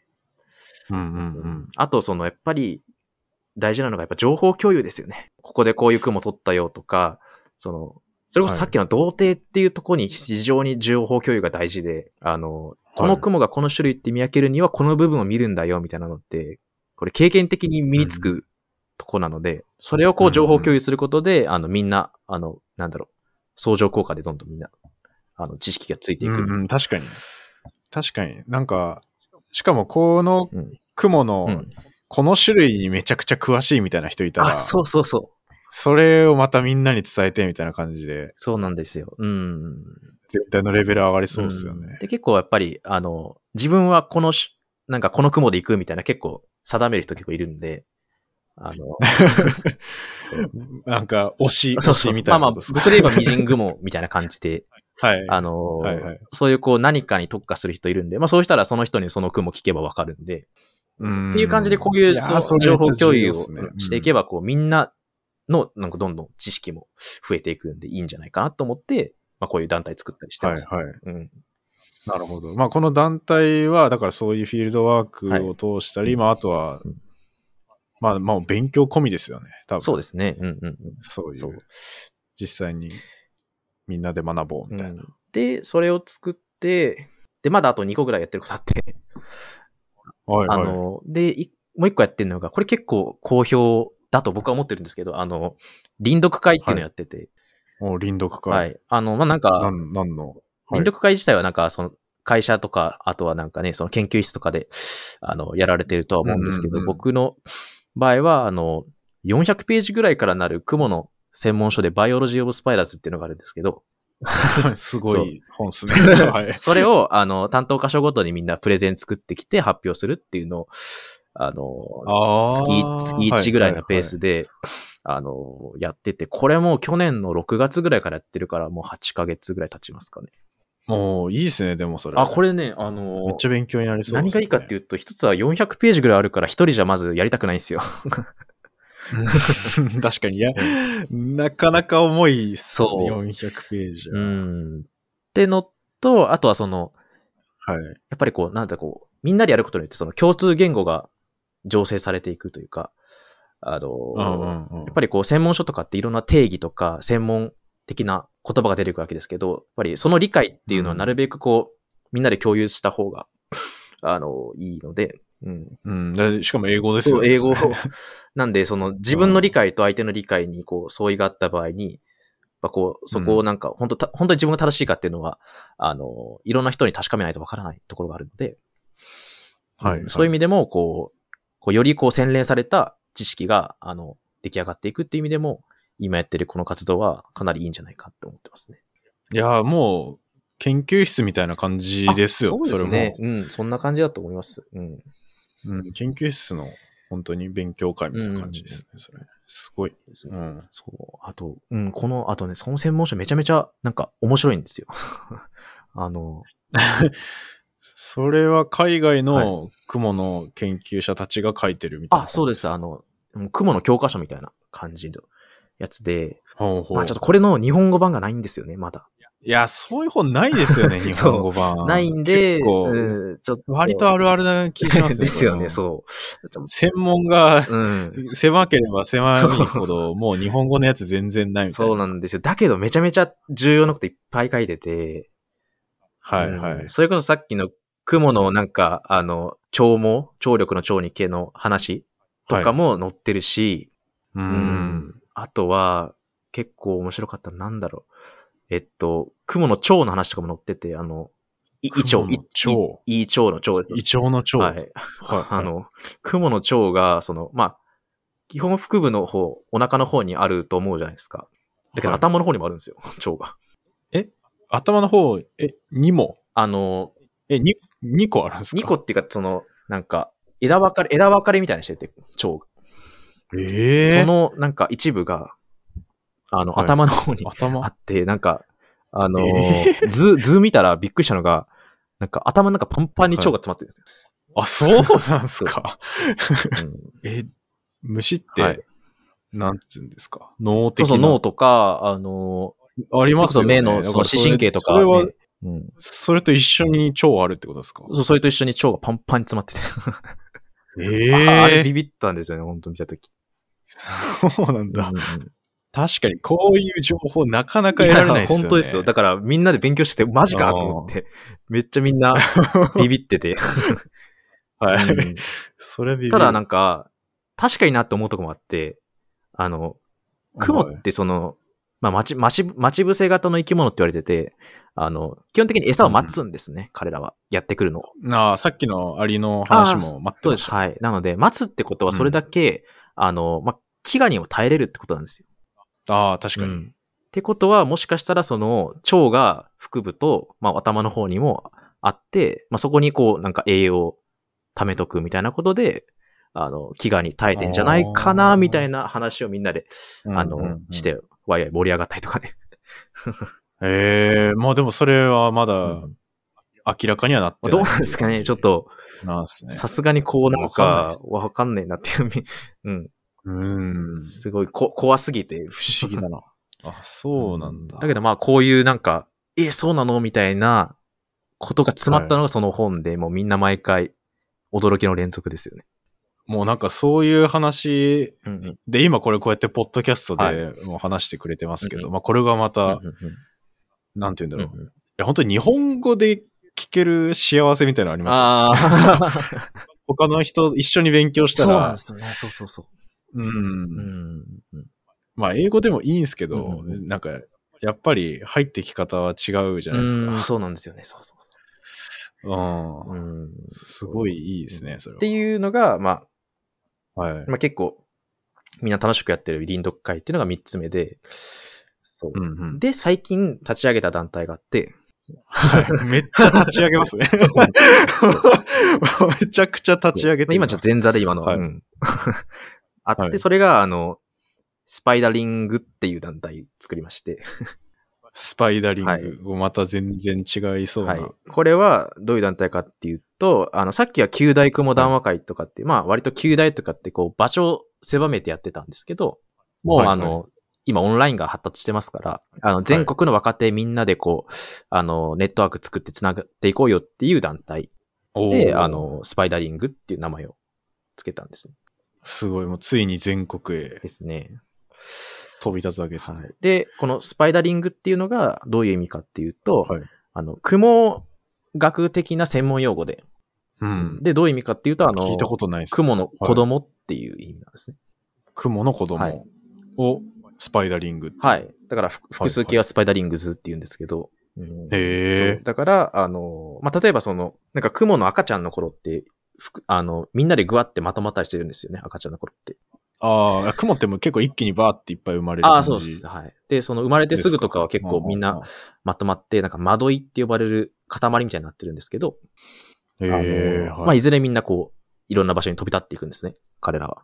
S2: うんうんうん。
S1: あとそのやっぱり大事なのがやっぱ情報共有ですよね。ここでこういう雲取ったよとか、そのそれこそさっきの童貞っていうところに非常に情報共有が大事で、あの、この雲がこの種類って見分けるにはこの部分を見るんだよみたいなのって、これ経験的に身につくとこなので、それをこう情報共有することで、あの、みんな、あの、なんだろう、相乗効果でどんどんみんな、あの、知識がついていく。
S2: うんうん、確かに。確かに。なんか、しかもこの雲の、
S1: うん
S2: この種類にめちゃくちゃ詳しいみたいな人いたら、
S1: あ、そうそうそう。
S2: それをまたみんなに伝えてみたいな感じで、
S1: そうなんですよ。うん。
S2: 絶対のレベル上がりそうですよね。
S1: んで、結構やっぱり、あの、自分はこのし、なんかこの雲で行くみたいな結構定める人結構いるんで、あの、そう
S2: なんか、推
S1: そ
S2: し、推
S1: うそう
S2: しみた
S1: まあま
S2: いな
S1: あ、
S2: ことです
S1: 僕
S2: か。
S1: で言えばミジン雲 みたいな感じで、
S2: はい。
S1: あの、
S2: はいはい
S1: そういうこう何かに特化する人いるんで、まあそうしたらその人にその雲聞けばわかるんで、
S2: っ
S1: っていう感じでこういうそう情報共有をしていけ
S2: ば。
S1: ば、こうみんなの、なんかどんどん知識も増えていくんでいいんじゃないかなと思って、まあこういう団体作ったりして
S2: はい
S1: ます。
S2: はい。
S1: うん。
S2: なるほど。まあ、この団体は、だからそういうフィールドワークを通したり、
S1: はい
S2: まあ、あとは
S1: うん、
S2: まあ、まあ、勉強込みですよね。多分
S1: そうですね。うんうんうん。
S2: そうい
S1: そう
S2: う、実際にみんなで学ぼうみたいな。
S1: で、それを作って、で、まだあと2個ぐらいやってることあって、
S2: はい
S1: あ
S2: はい。
S1: の、で、いもう1個やってるのが、これ結構好評だと僕は思ってるんですけど、あの、臨読会っていうのをやってて、
S2: もう林読
S1: はい。
S2: 会。
S1: あの、まあ、なんか
S2: な、んな んのはい
S1: 臨読会自体はなんか、その、会社とか、あとはなんかね、その研究室とかで、あの、やられてるとは思うんですけ
S2: うん
S1: ど、
S2: うんうん
S1: 僕の場合は、あの、400ページぐらいからなる雲の専門書で、バイオロジー・オブ・スパイラーズっていうのがあるんですけど、
S2: すごい本っすね。は い。
S1: それを、あの、担当箇所ごとにみんなプレゼン作ってきて発表するっていうのを、あの、
S2: あ
S1: 月
S2: ー
S1: 1、月1ぐらいのペース。
S2: は
S1: で、あの、やってて、これもう去年の6月ぐらいからやってるから、もう8ヶ月ぐらい経ちますかね。
S2: いはいはいもういいですね、でもそれ。
S1: あ、これね、あ
S2: めっ
S1: の、
S2: ちゃ勉強になりそう
S1: 何がいいかって
S2: いう。
S1: いうと、一つは400ページぐらいあるから、一人じゃまずやりたくないんですよ。
S2: うん確かに、いや、なかなか重いっすね
S1: そう
S2: 400ページは。
S1: うん。ってのと、あとはその、
S2: はい。
S1: やっぱりこう、なんだこう、みんなでやることによって、その共通言語が醸成されていくというか、あの、
S2: うんうんうん
S1: やっぱりこう専門書とかっていろんな定義とか専門的な言葉が出てくるわけですけど、やっぱりその理解っていうのはなるべくこう、みんなで共有した方が、 あの、いいので、うん。
S2: うん、でしかも英語です
S1: そ
S2: よ
S1: う、
S2: ね。
S1: 英語を
S2: そ れ。
S1: なんで、その自分の理解と相手の理解にこう、相違があった場合に、やっぱこう、そこをなんか、本当た本当に自分が正しいかっていうのは、あの、いろんな人に確かめないとわからないところがあるので、
S2: はい。
S1: そういう意味でも、こう、こうよりこう洗練された知識が、あの、出来上がっていくっていう意味でも、今やってるこの活動はかなりいいんじゃないかって思ってますね。
S2: いや、もう、研究室みたいな感じですよ、
S1: あ
S2: そ
S1: そうですね
S2: れ。
S1: うん、そんな感じだと思います。うん。
S2: も。うん、研究室の本当に勉強会みたいな感じですね、それ。すごい。うん。
S1: そう。あと、うん、この、あとね、その専門書めちゃめちゃ、なんか面白いんですよ。 あの、
S2: それは海外の雲の研究者たちが書いてるみたいな
S1: あ、そうです。あ
S2: の、
S1: の、もう雲の教科書みたいな感じのやつで、
S2: ほうほう
S1: まあちょっとこれの日本語版がないんですよね、まだ。
S2: いや、そういう本ないですよ ね、日本語版。
S1: ないんで、
S2: 結構
S1: うん、ちょっと。
S2: 割とあるあるな気がしま す
S1: ですよね、
S2: う。
S1: そう。
S2: 専門が
S1: うん。
S2: 狭ければ狭いほど、もう日本語のやつ全然ないみたいな。
S1: そうなんですよ。だけどめちゃめちゃ重要なこといっぱい書いてて。
S2: はいはい。
S1: うんそれこそさっきの雲のなんか、あの、聴毛、聴力の聴に系の話とかも載ってるし、
S2: う。
S1: うんあとは、結構面白かったのなんだろう。えっと、雲の蝶の話とかも載ってて、あの、い胃腸、
S2: 雲の蝶
S1: いいい蝶の蝶です。
S2: 胃腸の腸。
S1: は
S2: はいい。。
S1: あの、雲の蝶が、その、まあ、基本腹部の方、お腹の方にあると思うじゃないですか。だけど
S2: はい
S1: 頭の方にもあるんですよ、 蝶が。
S2: 頭の方、え、2も。
S1: あの、
S2: え、2、二個あるんですか
S1: 2個っていうか、その、なんか、枝分かれ、枝分かれみたいにしてて、蝶が。
S2: ええ
S1: その、なんか一部が、あの、
S2: はい
S1: 頭の方にあ
S2: 頭。
S1: って、なんか、あの、
S2: え
S1: 図、図見たらびっくりしたのが、なんか頭の中パンパンに蝶が詰まってるんで
S2: あ、そうなんですか。
S1: すよ。うん
S2: え、虫っ
S1: はい
S2: て、なんつうんですか。脳
S1: そう
S2: 的
S1: そう、
S2: な。
S1: 脳とか、あの、
S2: ありますよね。
S1: 目の
S2: だ
S1: そ
S2: か
S1: の
S2: ら
S1: 視神経とか、
S2: それは
S1: ね、うん
S2: それと一緒に腸あるってことですか
S1: そうそれと一緒に腸がパンパンに詰まってて。
S2: え
S1: ああれ
S2: え
S1: ビビったんですよね、本当見たとき。
S2: そうなんだ。
S1: うんうん
S2: 確かに、こういう情報なかなか得られないですよね。
S1: や本当ですよ。だからみんなで勉強して、マジかと思って、めっちゃみん なビビってて。
S2: は
S1: う
S2: い。
S1: ん
S2: それはビビる
S1: ただなんか、確かになって思うとこもあって、あの、雲ってその、まあ、待ち、待ち、待ち伏せ型の生き物って言われてて、あの、基本的に餌を待つんですね、彼らは。やってくるのを。
S2: なあ、さっきのアリの話も待って
S1: そう
S2: ま
S1: で
S2: し
S1: す。
S2: た。
S1: はい。なので、待つってことはそれだけ、あの、まあ、飢餓にも耐えれるってことなんですよ。
S2: ああ、確かに。
S1: うんってことは、もしかしたらその腸が腹部と、まあ、頭の方にもあって、まあ、そこにこう、なんか栄養を貯めとくみたいなことで、あの、飢餓に耐えてんじゃないか
S2: あ
S1: な、
S2: ー
S1: みたいな話をみんなで、あ
S2: うんうん
S1: の
S2: うん、
S1: して、ワイワイ盛り上がったりとかね。
S2: ええまあでもそれはまだ
S1: うん
S2: 明らかにはなっ
S1: まあ
S2: てな い
S1: どうなんですかねちょっ。と、
S2: なんですね。
S1: さすがにこう、なん
S2: わかんない
S1: か
S2: です、
S1: わかんねえなっていうみ、
S2: うん
S1: うん、。すごいこ怖すぎて。
S2: 不思議だな。 あ、そうなんだ。
S1: だけどまあ、こういうなんか、え、そうなのみたいなことが詰まったのがその本で、もうみんな毎回、驚きの連続ですよね。
S2: もうなんかそういう話
S1: うんうん。
S2: で、今これこうやってポッドキャスト
S1: はい
S2: でもう話してくれてますけど、
S1: うんう
S2: まあこれがまた、
S1: う
S2: なんて言うん
S1: んう
S2: だろう。い
S1: ん
S2: や、本当に日本語で聞ける幸せみたいなのありますよ
S1: ああ、
S2: 他の人一緒に勉強した
S1: そうなん
S2: ら。
S1: で、すね。そうそうそうう。うんん。
S2: まあ、英語でもいいんですけど、
S1: うんうん
S2: なんか、やっぱり入ってき方は違うじゃないです
S1: うん、
S2: か。
S1: そうなんですよね。そうそう
S2: うん
S1: そ。う。うん。
S2: すごいいいですね、それは。
S1: っていうのが、まあ、
S2: はい。
S1: まあ、結構、みんな楽しくやってる林読会っていうのが3つ目で、そう
S2: う。んうん、
S1: で、最近立ち上げた団体があって、
S2: はい めっちゃ立ち上げますね。 めちゃくちゃ立ち上げて
S1: 今ちょっと前座で今の、
S2: はい
S1: うんあって、
S2: はい
S1: それが、あの、スパイダリングっていう団体作りまして、
S2: スパイダリン
S1: はい
S2: グ、また全然違いそうな。
S1: はい。これはどういう団体かっていうと、あの、さっきは旧大雲談話会とかって、まあ割と旧大とかってこう場所を狭めてやってたんですけど、もう、
S2: はいはい
S1: あの、今オンラインが発達してますから、あの、全国の若手みんなでこう、あの、ネットワーク作って繋がっていこうよっていう団体
S2: おー
S1: で、あの、スパイダリングっていう名前をつけたんですね。
S2: すごい、もうついに全国へ
S1: ですね。
S2: 飛び立つわけですね。
S1: で、このスパイダリングっていうのがどういう意味かっていうと、
S2: はい。
S1: あの、雲学的な専門用語で、
S2: うん。
S1: で、どういう意味かっていうと、あの、
S2: 聞いたことないです。
S1: 雲の子供っていう意味なんですね。
S2: 雲の子
S1: はい
S2: 供をスパイダリングって。
S1: はい。だから、ふ複数形はスパイダリングズって言うんですけど、うんそう
S2: へえ。
S1: だから、あの、まあ、例えばその、なんか雲の赤ちゃんの頃って、ふくあの、みんなでグワってまとまったりしてるんですよね、赤ちゃんの頃って。
S2: ああ、雲ってもう結構一気にバーっていっぱい生まれる感じ。
S1: ああ、そうです。はい。で、その生まれてすぐとかは結構みんなまとまって、なんか間取いって呼ばれる塊みたいになってるんですけど、
S2: へ
S1: あの
S2: え。
S1: まあ、
S2: はい
S1: いずれみんなこう、いろんな場所に飛び立っていくんですね、彼らは。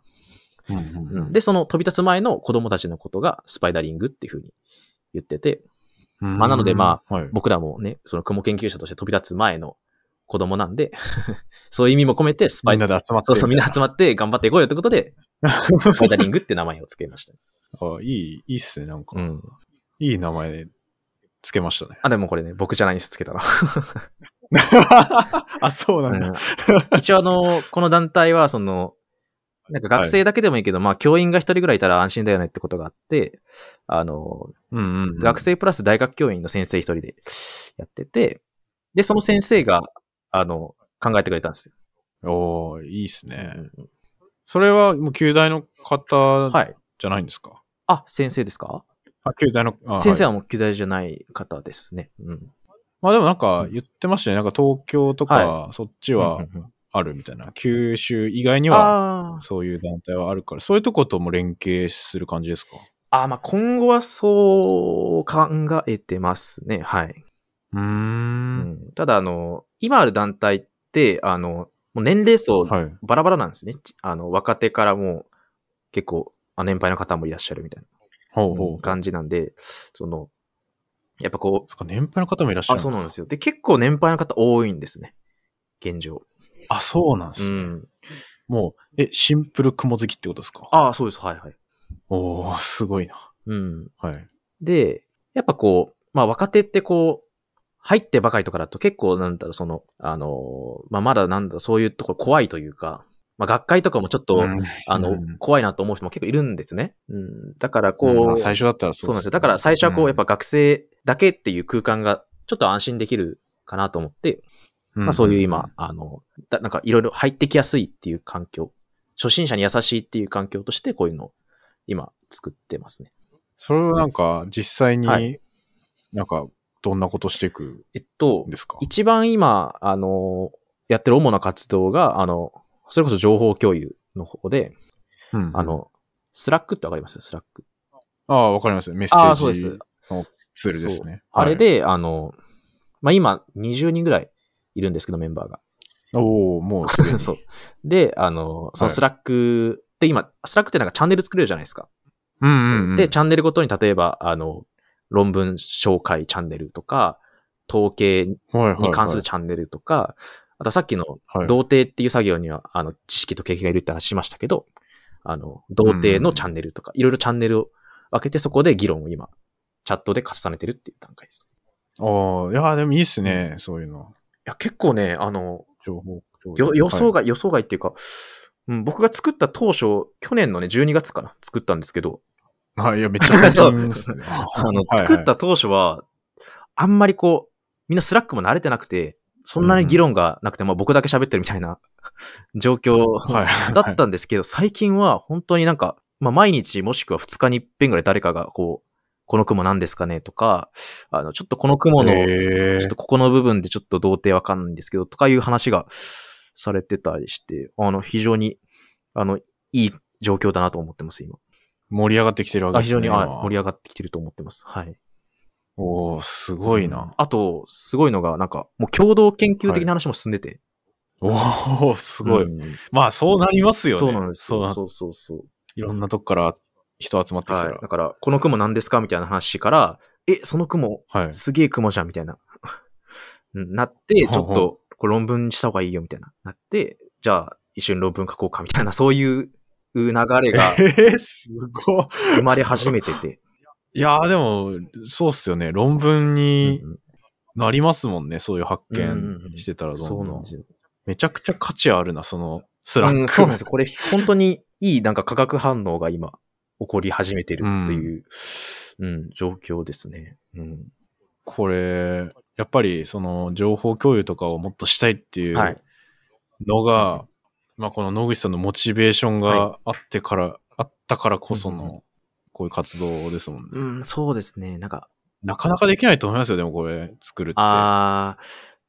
S2: うんうんうん
S1: で、その飛び立つ前の子供たちのことがスパイダリングっていうふうに言ってて、
S2: うん
S1: まあなのでま
S2: あ、はい
S1: 僕らもね、その雲研究者として飛び立つ前の子供なんで、 そういう意味も込めてスパ
S2: み
S1: イ
S2: んなで集まって。
S1: そうそう、みんな集まって頑張っていこうよってこと で、スパイダリングって名前を付けました。
S2: あいい、いいっすね、なんか。
S1: うん。
S2: いい名前つけまし たね。
S1: あ、でもこれね、僕じゃないんです、 付けたの。
S2: あ、そうなんだ。
S1: うん一応あの、この団体は、その、なんか学生だけでもいいけど、まあ教員が一人ぐらいいたら安心だよねってことがあって、あの、
S2: うんうんうん
S1: 学生プラス大学教員の先生一人でやってて、で、その先生が、あの、考えてくれたんですよ。
S2: おおいいっすね
S1: う。んうん
S2: それは、もう、旧大の方
S1: はい。
S2: じゃないんですか
S1: あ、先生ですか
S2: あ、旧大の、あ
S1: 先生
S2: はい
S1: はもう巨大じゃない方ですね。うん。
S2: まあでもなんか言ってましたね。なんか東京とか、そっち
S1: うん
S2: は
S1: うんうん
S2: あるみたいな。九州以外には、
S1: あー
S2: そういう団体はあるから、そういうとことも連携する感じですか
S1: あー、まあ今後はそう考えてますね。はい。
S2: うー。
S1: うんん、ただ、あの、今ある団体って、あの、もう年齢層
S2: はい。
S1: バラバラなんですね。ちあの、若手からもう結構、あ年配の方もいらっしゃるみたい
S2: ほうほ
S1: な
S2: う。
S1: 感じなんで、その、やっぱこう、
S2: そっか、年配の方もいらっしゃる。
S1: あ、そうなんですよ。で、結構年配の方多いんですね。現状。
S2: あ、そうなんで
S1: う
S2: すね。
S1: ん。
S2: もう、え、シンプル雲好きってことですか
S1: ああ、そうです。はいはい。
S2: おー、すごいな。
S1: うん。
S2: はい。
S1: で、やっぱこう、まあ若手ってこう、入ってばかりとかだと結構なんだろう、その、あの、まあまだなんだろう、そういうところ怖いというか、まあ、学会とかもちょっと、
S2: うん
S1: あの、
S2: うん
S1: 怖いなと思う人も結構いるんですね。うん。だからこう、
S2: まあ最初だったら
S1: そう
S2: で
S1: なんです
S2: す
S1: よ。だから最初はこう、やっぱ、
S2: ん
S1: 学生だけっていう空間がちょっと安心できるかなと思って、まあそういう今、あの、だなんかいろいろ入ってきやすいっていう環境、初心者に優しいっていう環境としてこういうのを今作ってますね。
S2: それをなんか、実際
S1: は
S2: に、なんか、どんなことしていく
S1: えっと
S2: ん、ですか、
S1: 一番今、あの、やってる主な活動が、あの、それこそ情報共有の方で、
S2: うん
S1: あ、の、スラックってわかりますスラック。
S2: ああ、わかります。メッセ
S1: あ
S2: ー
S1: あそうで
S2: ジ
S1: す
S2: のツールですね。
S1: あれで、あの、まあ、今、20人ぐらいいるんですけど、メンバーが。
S2: はい、おおもうすで に。
S1: そう。で、あの、そのスラックって今、スラックってなんかチャンネル作れるじゃないですか。
S2: うんうん、うん。
S1: で、チャンネルごとに例えば、あの、論文紹介チャンネルとか、統計に
S2: はいはいはい
S1: 関するチャンネルとか、あとさっきの
S2: はい
S1: 童貞っていう作業には、あの、知識と経験がいるって話しましたけど、あの、童貞のチャンネルとか、いろいろチャンネルを分けて、そこで議論を今、チャットで重ねてるっていう段階です。
S2: ああ、いやー、でもいいっすね、そういうの。
S1: いや、結構ね、あの、
S2: 情報共有。
S1: よ予想
S2: が。
S1: 外、予想外っていうか、うん、僕が作った当初、去年のね、12月かな、作ったんですけど、
S2: はい、いや、めっちゃ 最近ですね。
S1: あの、
S2: はい
S1: 作った当初は、あんまりこう、みんなスラックも慣れてなくて、そんな
S2: うんう
S1: に
S2: ん
S1: 議論がなくて、まあ僕だけ喋ってるみたいな 状況
S2: はい
S1: だったんですけど、最近は本当になんか、まあ毎日もしくは2日に一遍ぐらい誰かがこう、この雲何ですかねとか、あの、ちょっとこの雲の、
S2: え
S1: ちょっとここの部分でちょっと童貞わかんないんですけど、とかいう話がされてたりして、あの、非常に、あの、いい状況だなと思ってます、今。
S2: 盛り上がってきてるわけ
S1: あ
S2: で
S1: 非
S2: す
S1: 常
S2: ね。
S1: にはい盛り
S2: 上が
S1: 上がってきてると思ってます。はい。
S2: おーすごいな。
S1: あと、すごいのが、なんか、もう共同研究的な話も進んでて。
S2: おおすごい、
S1: うん
S2: まあ、そうなりますよね。
S1: そうなんです
S2: そう
S1: よ。
S2: な
S1: そうそうそう。
S2: いろんなとこから人集まってきた
S1: は
S2: ら
S1: い。。だから、この雲何ですかみたいな話から、え、その雲、
S2: はい。
S1: すげえ雲じゃんみたいな。 うんなって、ちょっ
S2: ほうほ
S1: と、これ論文にした方がいいよみたいな。なって、じゃあ、一緒に論文書こうかみたいな、そういう流れが
S2: えー、すごい。
S1: 生まれ始めて て。
S2: いやー、でも、そうっすよね。論文に
S1: うんうん
S2: なりますもんね。そういう発
S1: うんうんう
S2: 見
S1: ん
S2: してたらどんどん。
S1: そうなんですよ。
S2: めちゃくちゃ価値あるな、そのスラック。
S1: うん、そうなんですよ。これ、本当にいい、なんか化学反応が今、起こり始めてるっていう、うん、状況ですね。うん。
S2: これ、やっぱりその情報共有とかをもっとしたいっていう
S1: はい
S2: のが、まあこの野口さんのモチベーションが
S1: は
S2: あってから、あったからこそ
S1: うんうん
S2: の、こういう活動ですもんね。
S1: うん、そうですね。なんか、
S2: なかなかできないと思いますよ、でもこれ作るって。
S1: あー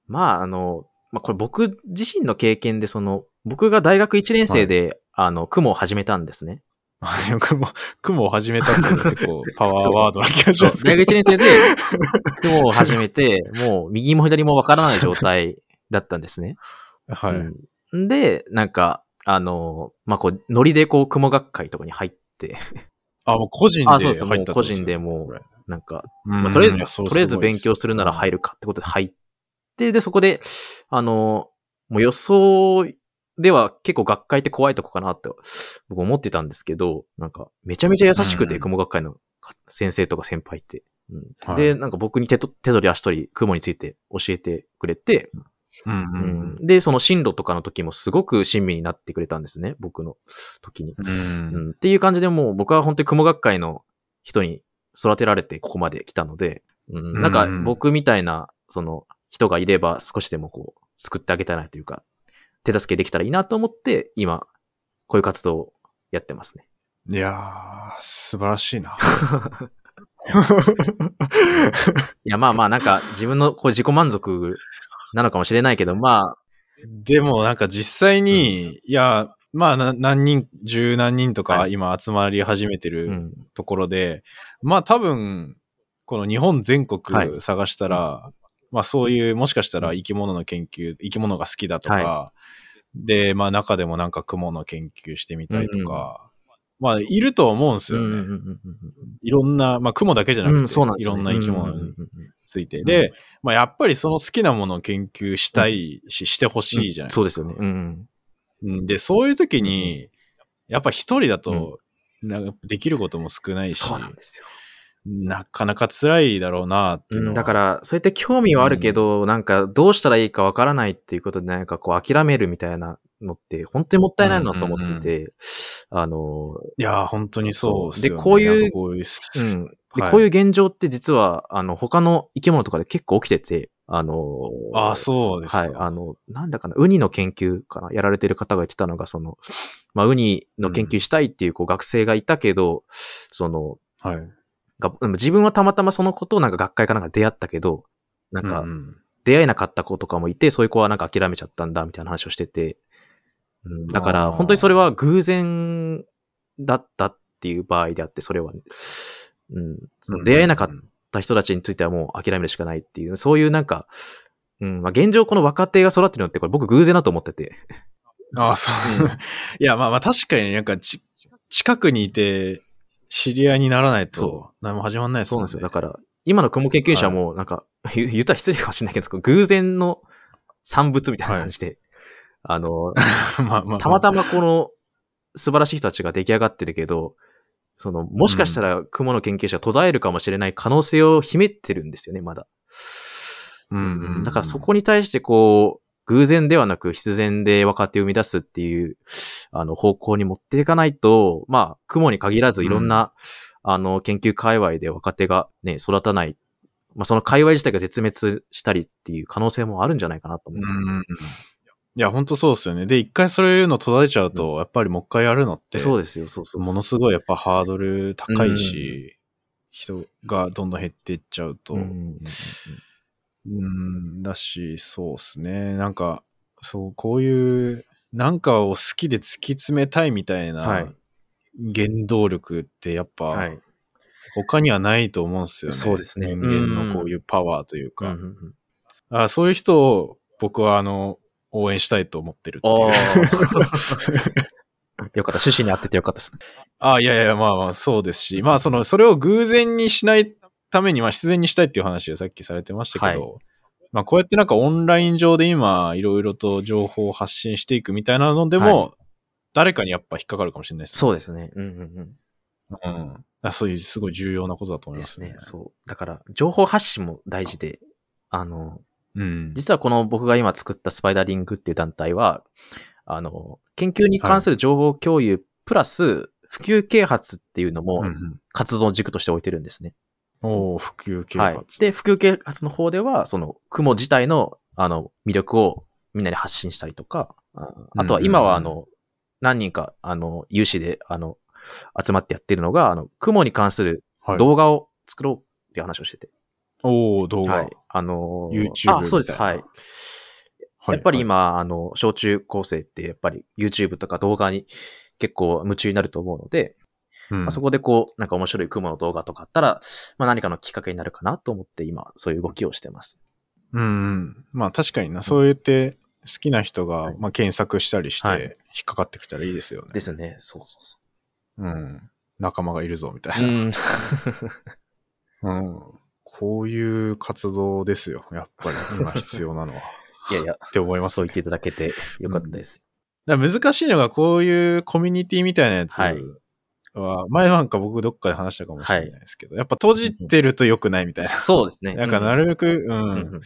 S1: まあ、あの、まあ、これ僕自身の経験で、その、僕が大学1年生で、あの、雲を始めたんですね。
S2: 雲、雲を始めたっていうのは結構パワーワードな気がし
S1: そう
S2: ますけ
S1: 大学
S2: ど。
S1: 1年生で、雲を始めて、もう右も左もわからない状態だったんですね。
S2: はい。
S1: うんで、なんか、あの、まあ、こう、ノリでこう、雲学会とかに入って、
S2: あ、もう個人
S1: あ
S2: で
S1: そうで
S2: 入っ
S1: すもう
S2: たってこと
S1: 個
S2: です
S1: 人
S2: ね
S1: でもう
S2: それ
S1: なんか、
S2: うん
S1: まあ、とりあ
S2: いや
S1: えず、
S2: そ
S1: と
S2: う
S1: りあえず
S2: すごい
S1: 勉
S2: です
S1: 強するなら入るかってことで入って、で、そこで、あの、もう予想では結構学会って怖いとこかなって僕思ってたんですけど、なんかめちゃめちゃ優しく
S2: うんう
S1: て、
S2: ん
S1: 雲学会の先生とか先輩って。うん
S2: はい
S1: で、なんか僕に手と手取り足取り雲について教えてくれて、
S2: うんうん
S1: うんで、その進路とかの時もすごく親身になってくれたんですね、僕の時に。
S2: うんうん
S1: うん、っていう感じでもう僕は本当に雲学会の人に育てられてここまで来たので、うん、なんか
S2: うん
S1: 僕みたいなその人がいれば少しでもこう救ってあげたいなというか、手助けできたらいいなと思って今こういう活動をやってますね。
S2: いやー、素晴らしいな。
S1: いやまあまあなんか自分のこう自己満足なのかもしれないけど、まあ、
S2: でもなんか実際に、いや、まあな何人、十何人とか
S1: はい
S2: 今集まり始め て
S1: う
S2: る
S1: ん、
S2: ところで、まあ多分、この日本全
S1: は
S2: 国
S1: い
S2: 探したら、まあそういう、もしかしたら生き物の研究、生き物が好きだとか、
S1: は
S2: で、まあ中でもなんか雲の研究してみたいとか、まあいると思うんです
S1: うん
S2: よ
S1: う
S2: ね。
S1: んうんうん
S2: いろんな、まあ雲だけじゃ
S1: う
S2: なんく
S1: う
S2: て、
S1: ん、そうなんで
S2: い
S1: すよ
S2: ろん
S1: ね
S2: な生き物
S1: うんうん
S2: に
S1: うんうん
S2: ついて。で、まあ、やっぱりその好きなものを研究したいし、してほしいじゃないですか。
S1: そうですよね。うんうん。
S2: うんで、そういう時に、やっぱ一人だと、なんかできることも少ないし、
S1: そうなんですよ。
S2: なかなか辛いだろうなっていう
S1: う
S2: のは
S1: ん、だから、そうやって興味はあるけど、なんかどうしたらいいかわからないっていうことで、なんかこう諦めるみたいなのって、本当にもったいないなと思って
S2: う
S1: て、あの、
S2: いやー、本当にそうっすよ、ね。
S1: でこういう
S2: なんかこういうす
S1: うん。で、
S2: はい
S1: こういう現状って実は、あの、他の生き物とかで結構起きてて、あの、
S2: ああ、そうですか。
S1: はい、あの、なんだかな、ウニの研究かな、やられてる方が言ってたのが、その、まあ、ウニの研究したいっていう、こう、学生がいたけど、その、
S2: はい。
S1: がでも自分はたまたまその子となんか学会かなんか出会ったけど、なんか
S2: うんうん
S1: 出会えなかった子とかもいて、そういう子はなんか諦めちゃったんだみたいな話をしてて、うん、だか
S2: あ
S1: ら
S2: ー
S1: 本当にそれは偶然だったっていう場合であって、それは、ね、うん、その出会えなかっ
S2: うん
S1: た人たちについてはもう諦めるしかないっていう、そういうなんか、うん、まあ、現状この若手が育ってるのってこれ僕偶然だと思ってて、
S2: ああ、そう。
S1: うん
S2: いや、まあまあ確かになんかち、近くにいて、知り合いにならないと
S1: そ、
S2: 何も始まんないです
S1: そう
S2: も
S1: なんん
S2: ね。
S1: ですよ。だから、今の雲研究者も、なんか、言言ったら失礼かもしれないけど、偶然の産物みたいな感じで、あの、
S2: まあまあ。
S1: たまたまこの素晴らしい人たちが出来上がってるけど、その、もしかしたら雲の研究者は途絶えるかもしれない可能性を秘めてるんですよね、まだ。
S2: うんうんうん
S1: だからそこに対してこう、偶然ではなく必然で若手を生み出すっていう、あの、方向に持っていかないと、まあ、雲に限らずいろんな、あの、研究界隈で若手がね、育たない、まあ、その界隈自体が絶滅したりっていう可能性もあるんじゃないかなと思
S2: う
S1: って。
S2: んうんうん。いや、本当そうですよね。で、一回そういうの途絶えちゃうと、やっぱりもう一回やるのって、
S1: そうですよ、そうそうそう
S2: ものすごいやっぱハードル高いし、人がどんどん減っていっちゃうと、
S1: うんうんうんうん
S2: うん、だし、そうですね。なんか、そう、こういう、なんかを好きで突き詰めたいみたい
S1: は
S2: ない原動力ってやっ
S1: は
S2: ぱ
S1: い。
S2: 他にはないと思うんですよね。
S1: そうですね
S2: 人間のこういうパワーというか。
S1: うんうんうん
S2: あそういう人を僕はあの、応援したいと思ってるっていう。
S1: よかった。趣旨に合っててよかったです。
S2: ああ、いやいや、まあまあそうですし、まあその、それを偶然にしないために、まあ必然にしたいっていう話をさっきされてましたけど、まあこうやってなんかオンライン上で今、いろいろと情報を発信していくみたいなのでも、誰かにやっぱ引っかかるかもしれないですね。
S1: そうですね。うんうん
S2: うん。だからそういうすごい重要なことだと
S1: うん。
S2: 思
S1: で
S2: いますすね。
S1: ね。そう。だから、情報発信も大事で、あの、
S2: うん。
S1: 実はこの僕が今作ったスパイダリングっていう団体は、あの、研究に関する情報共有、プラス、普及啓発っていうのも
S2: うんうん
S1: 活動の軸として置いてるんですね。
S2: おお普及啓
S1: は
S2: 発。
S1: い。で、普及啓発の方では、その、雲自体の、あの、魅力をみんなに発信したりとか、ああとは今は、あ
S2: うんうん
S1: の、何人か、あの、有志で、あの、集まってやってるのが、あの、雲に関する
S2: はい
S1: 動画を作ろうっていう話をしてて。
S2: おお動画。
S1: はい。あのー
S2: YouTube
S1: あ、そうです。
S2: みた
S1: はいい
S2: な。
S1: やっぱり今、あの、小中高生って、やっぱり YouTube とか動画に結構夢中になると思うので、
S2: はい、
S1: まあ、そこでこう、なんか面白い雲の動画とかあったら、まあ、何かのきっかけになるかなと思って今、そういう動きをしてます。
S2: うんうん。まあ確かにな、そう言って好きな人が、
S1: はい
S2: まあ、検索したりして
S1: はい
S2: 引っかかってきたらいいですよね。
S1: ですね。そうそうそ
S2: うん。仲間がいるぞみた
S1: う。
S2: い
S1: ん。
S2: な。うん。こういう活動ですよ、やっぱり今必要 なのは。
S1: いやいや、
S2: って思います
S1: そう
S2: ね。
S1: 言っていただけてよかったです。
S2: だから難しいのがこういうコミュニティみたいなやつ
S1: はい
S2: は、前なんか僕どっかで話したかもしれないですけど、やっぱ閉じてると良くないみたいな。
S1: そうですね。
S2: なんかなるべく、う。
S1: うんんうん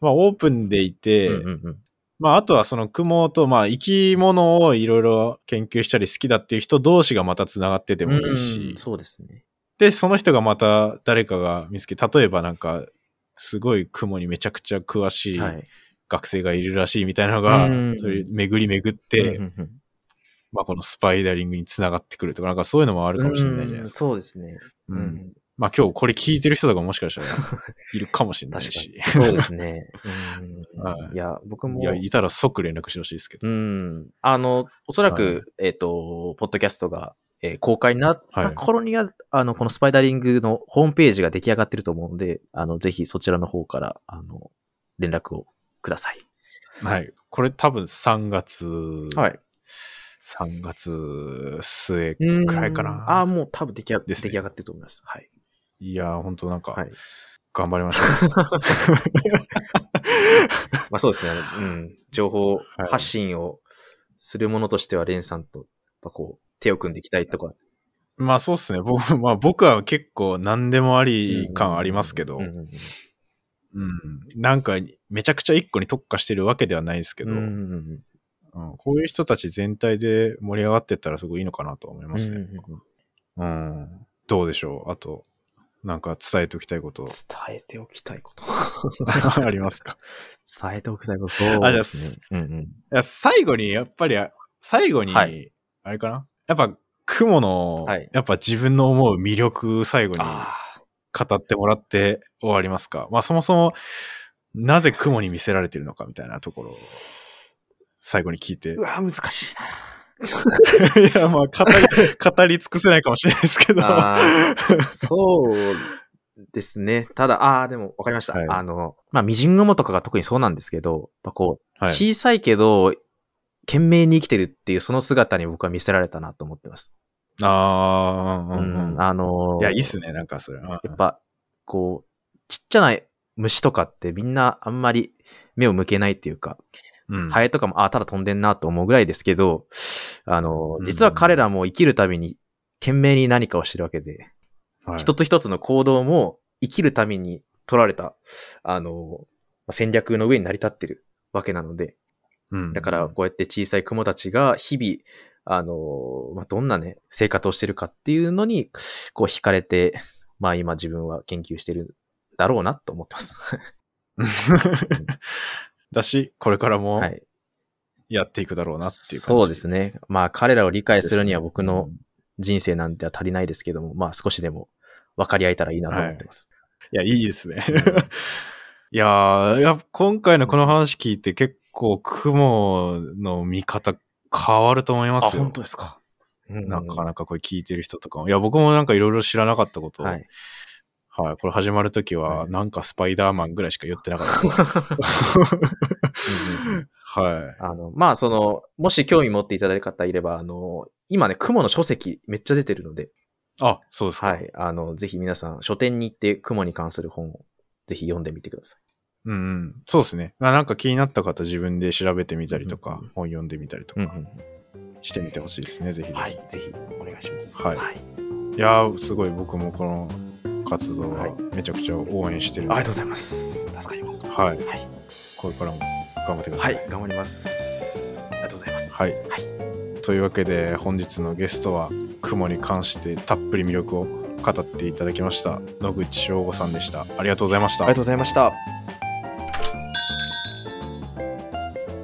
S2: まあオープンでいて、
S1: うんうんうん
S2: まあ、あとはその雲と、まあ、生き物をいろいろ研究したり好きだっていう人同士がまたつながっててもいいし、
S1: うんそうですね。
S2: で、その人がまた誰かが見つけ、例えばなんか、すごい雲にめちゃくちゃ詳しい
S1: はい。
S2: 学生がいるらしいみたいなのが、
S1: うん
S2: それ巡り巡っ
S1: う
S2: て、
S1: んうん
S2: まあ、このスパイダリングにつながってくるとか、なんかそういうのもある
S1: うん
S2: かもしれないじゃないですか。
S1: そうですね。う
S2: う
S1: んん。
S2: まあ、今日これ聞いてる人とかもしかしたらいるかもしれない
S1: 確か
S2: し
S1: に。。そうですね。
S2: は
S1: うん
S2: い
S1: いや、僕も
S2: い。や、いたら即連絡してほしいですけど。
S1: うん。あの、おそらく、えっと、ポッドキャストが、えー公開になっ
S2: は
S1: た
S2: い
S1: 頃には、あの、このスパイダリングのホームページが出来上がってると思うので、あの、ぜひそちらの方から、あの、連絡をください。
S2: はい。これ多分3月。
S1: はい。
S2: 3月末
S1: うん
S2: くらいかな。
S1: ああ、もう多分出来上が
S2: ですね
S1: 出来上がってると思います。はい。
S2: いやー、ほんとなん
S1: は
S2: か
S1: い、。
S2: 頑張りましょ
S1: まあそうですね。 うん。情報
S2: い
S1: 発信をするものとしては、レンさんと、やっぱこう、手を組んでいきたいとか。
S2: う。まあそうっすね。僕、 まあ僕は結構何でもあり感ありますけど、
S1: うんうんうん
S2: うんなんかめちゃくちゃ一個に特化してるわけではないですけ
S1: う
S2: ど、
S1: んうんうん
S2: うん、こういう人たち全体で盛り上がってったらすごいいいのかなと思います
S1: うん
S2: ね。
S1: うんうん
S2: うん、どうでしょうあと、なんか伝えておきた いこと
S1: 伝えておきたいこと。
S2: ありますか
S1: 伝えておきたいこと、そう
S2: あじゃあ
S1: ですね。うんうん。
S2: いや最後に、やっぱり、あ最後に、
S1: はい
S2: あれかなやっぱ、雲の、
S1: はい
S2: やっぱ自分の思う魅力最後に
S1: ああ。
S2: 語ってもらって終わりますか。まあそもそも、なぜ雲に見せられてるのかみたいなところを、最後に聞い て。いう
S1: わ、難しいな。
S2: や、まあ語 り、語り尽くせないかもしれないですけど。
S1: あ
S2: は
S1: そうですね。ただ、ああ、でも分かりました。
S2: はい
S1: あの、まあ、ミジングモとかが特にそうなんですけど、やっぱこう、
S2: い。
S1: 小さいけど、懸命に生きてるっていうその姿に僕は見せられたなと思ってます。
S2: あ
S1: う
S2: あ、うんうん
S1: ん、あのー
S2: いや、いいっすね、なんかそれ。うん
S1: やっぱ、こう、ちっちゃな虫とかってみんなあんまり目を向けないっていうか、
S2: うん
S1: ハエとかも、ああ、ただ飛んでんなと思うぐらいですけど、あのー、実は彼らも生きるために、懸命に何かをしてるわけで、
S2: はい
S1: 一つ一つの行動も生きるために取られた、あの、戦略の上に成り立ってるわけなので、
S2: うん
S1: だからこうやって小さい雲たちが日々、あの、まあ、どんなね、生活をしてるかっていうのに、こう惹かれて、まあ今自分は研究してるだろうなと思ってます。
S2: だし、これからも
S1: はい。
S2: やっていくだろうなっていう感じ。
S1: そうですね。まあ彼らを理解するには
S2: ですね
S1: 僕の人生なんては足りないですけども、まあ少しでも分かり合えたらいいなと思ってます。
S2: いや、いいですね
S1: うん。
S2: いやーいや、今回のこの話聞いて結構雲の見方変わると思いますよ。
S1: ですか。
S2: なかなかこれ聞いてる人とかも。いや、僕もなんかいろいろ知らなかったことを
S1: はい。
S2: はい、これ始まるとき
S1: は
S2: は、
S1: い
S2: なんかスパイダーマンぐらいしか言ってなかっ たですけど。はい。
S1: あの、まあ、その、もし興味持っていただいた方いれば、あの、今ね、雲の書籍めっちゃ出てるので、
S2: あ、そうですか。
S1: はい。あの、ぜひ皆さん、書店に行って雲に関する本をぜひ読んでみてくださ
S2: うんうん、そうですね。まあ、なんか気になった方、自分で調べてみたりと
S1: うん
S2: か
S1: うんうん、
S2: 本読んでみたりと
S1: い。
S2: かしてみてほしいですね、ぜひぜひ。
S1: はい。ぜひ、お願いします。
S2: はい
S1: はい。
S2: いやー、すごい僕もこの活動
S1: は
S2: はいめちゃくちゃ応援してるん
S1: ありがと
S2: で
S1: うございます。助かります。
S2: はい
S1: はい。
S2: これからも頑張ってくだ
S1: は
S2: さい。
S1: い。頑張ります。ありがとうございます。
S2: はい
S1: はい。
S2: というわけで、本日のゲストは、雲に関してたっぷり魅力を語っていただきました、野口翔吾さんでした。ありがとうございまし
S1: あ
S2: た
S1: りが。とうございました。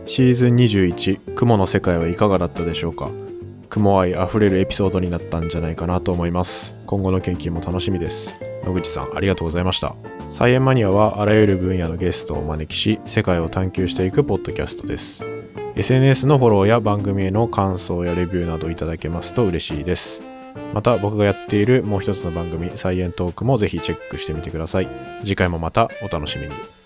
S2: シーズン21「雲の世界」はいかがだったでしょうか雲愛あふれるエピソードになったんじゃないかなと思います今後の研究も楽しみです野口さんありがとうございましたサイエンマニアはあらゆる分野のゲストをお招きし世界を探求していくポッドキャストです SNS のフォローや番組への感想やレビューなどいただけますと嬉しいですまた僕がやっているもう一つの番組「サイエントーク」もぜひチェックしてみてください次回もまたお楽しみに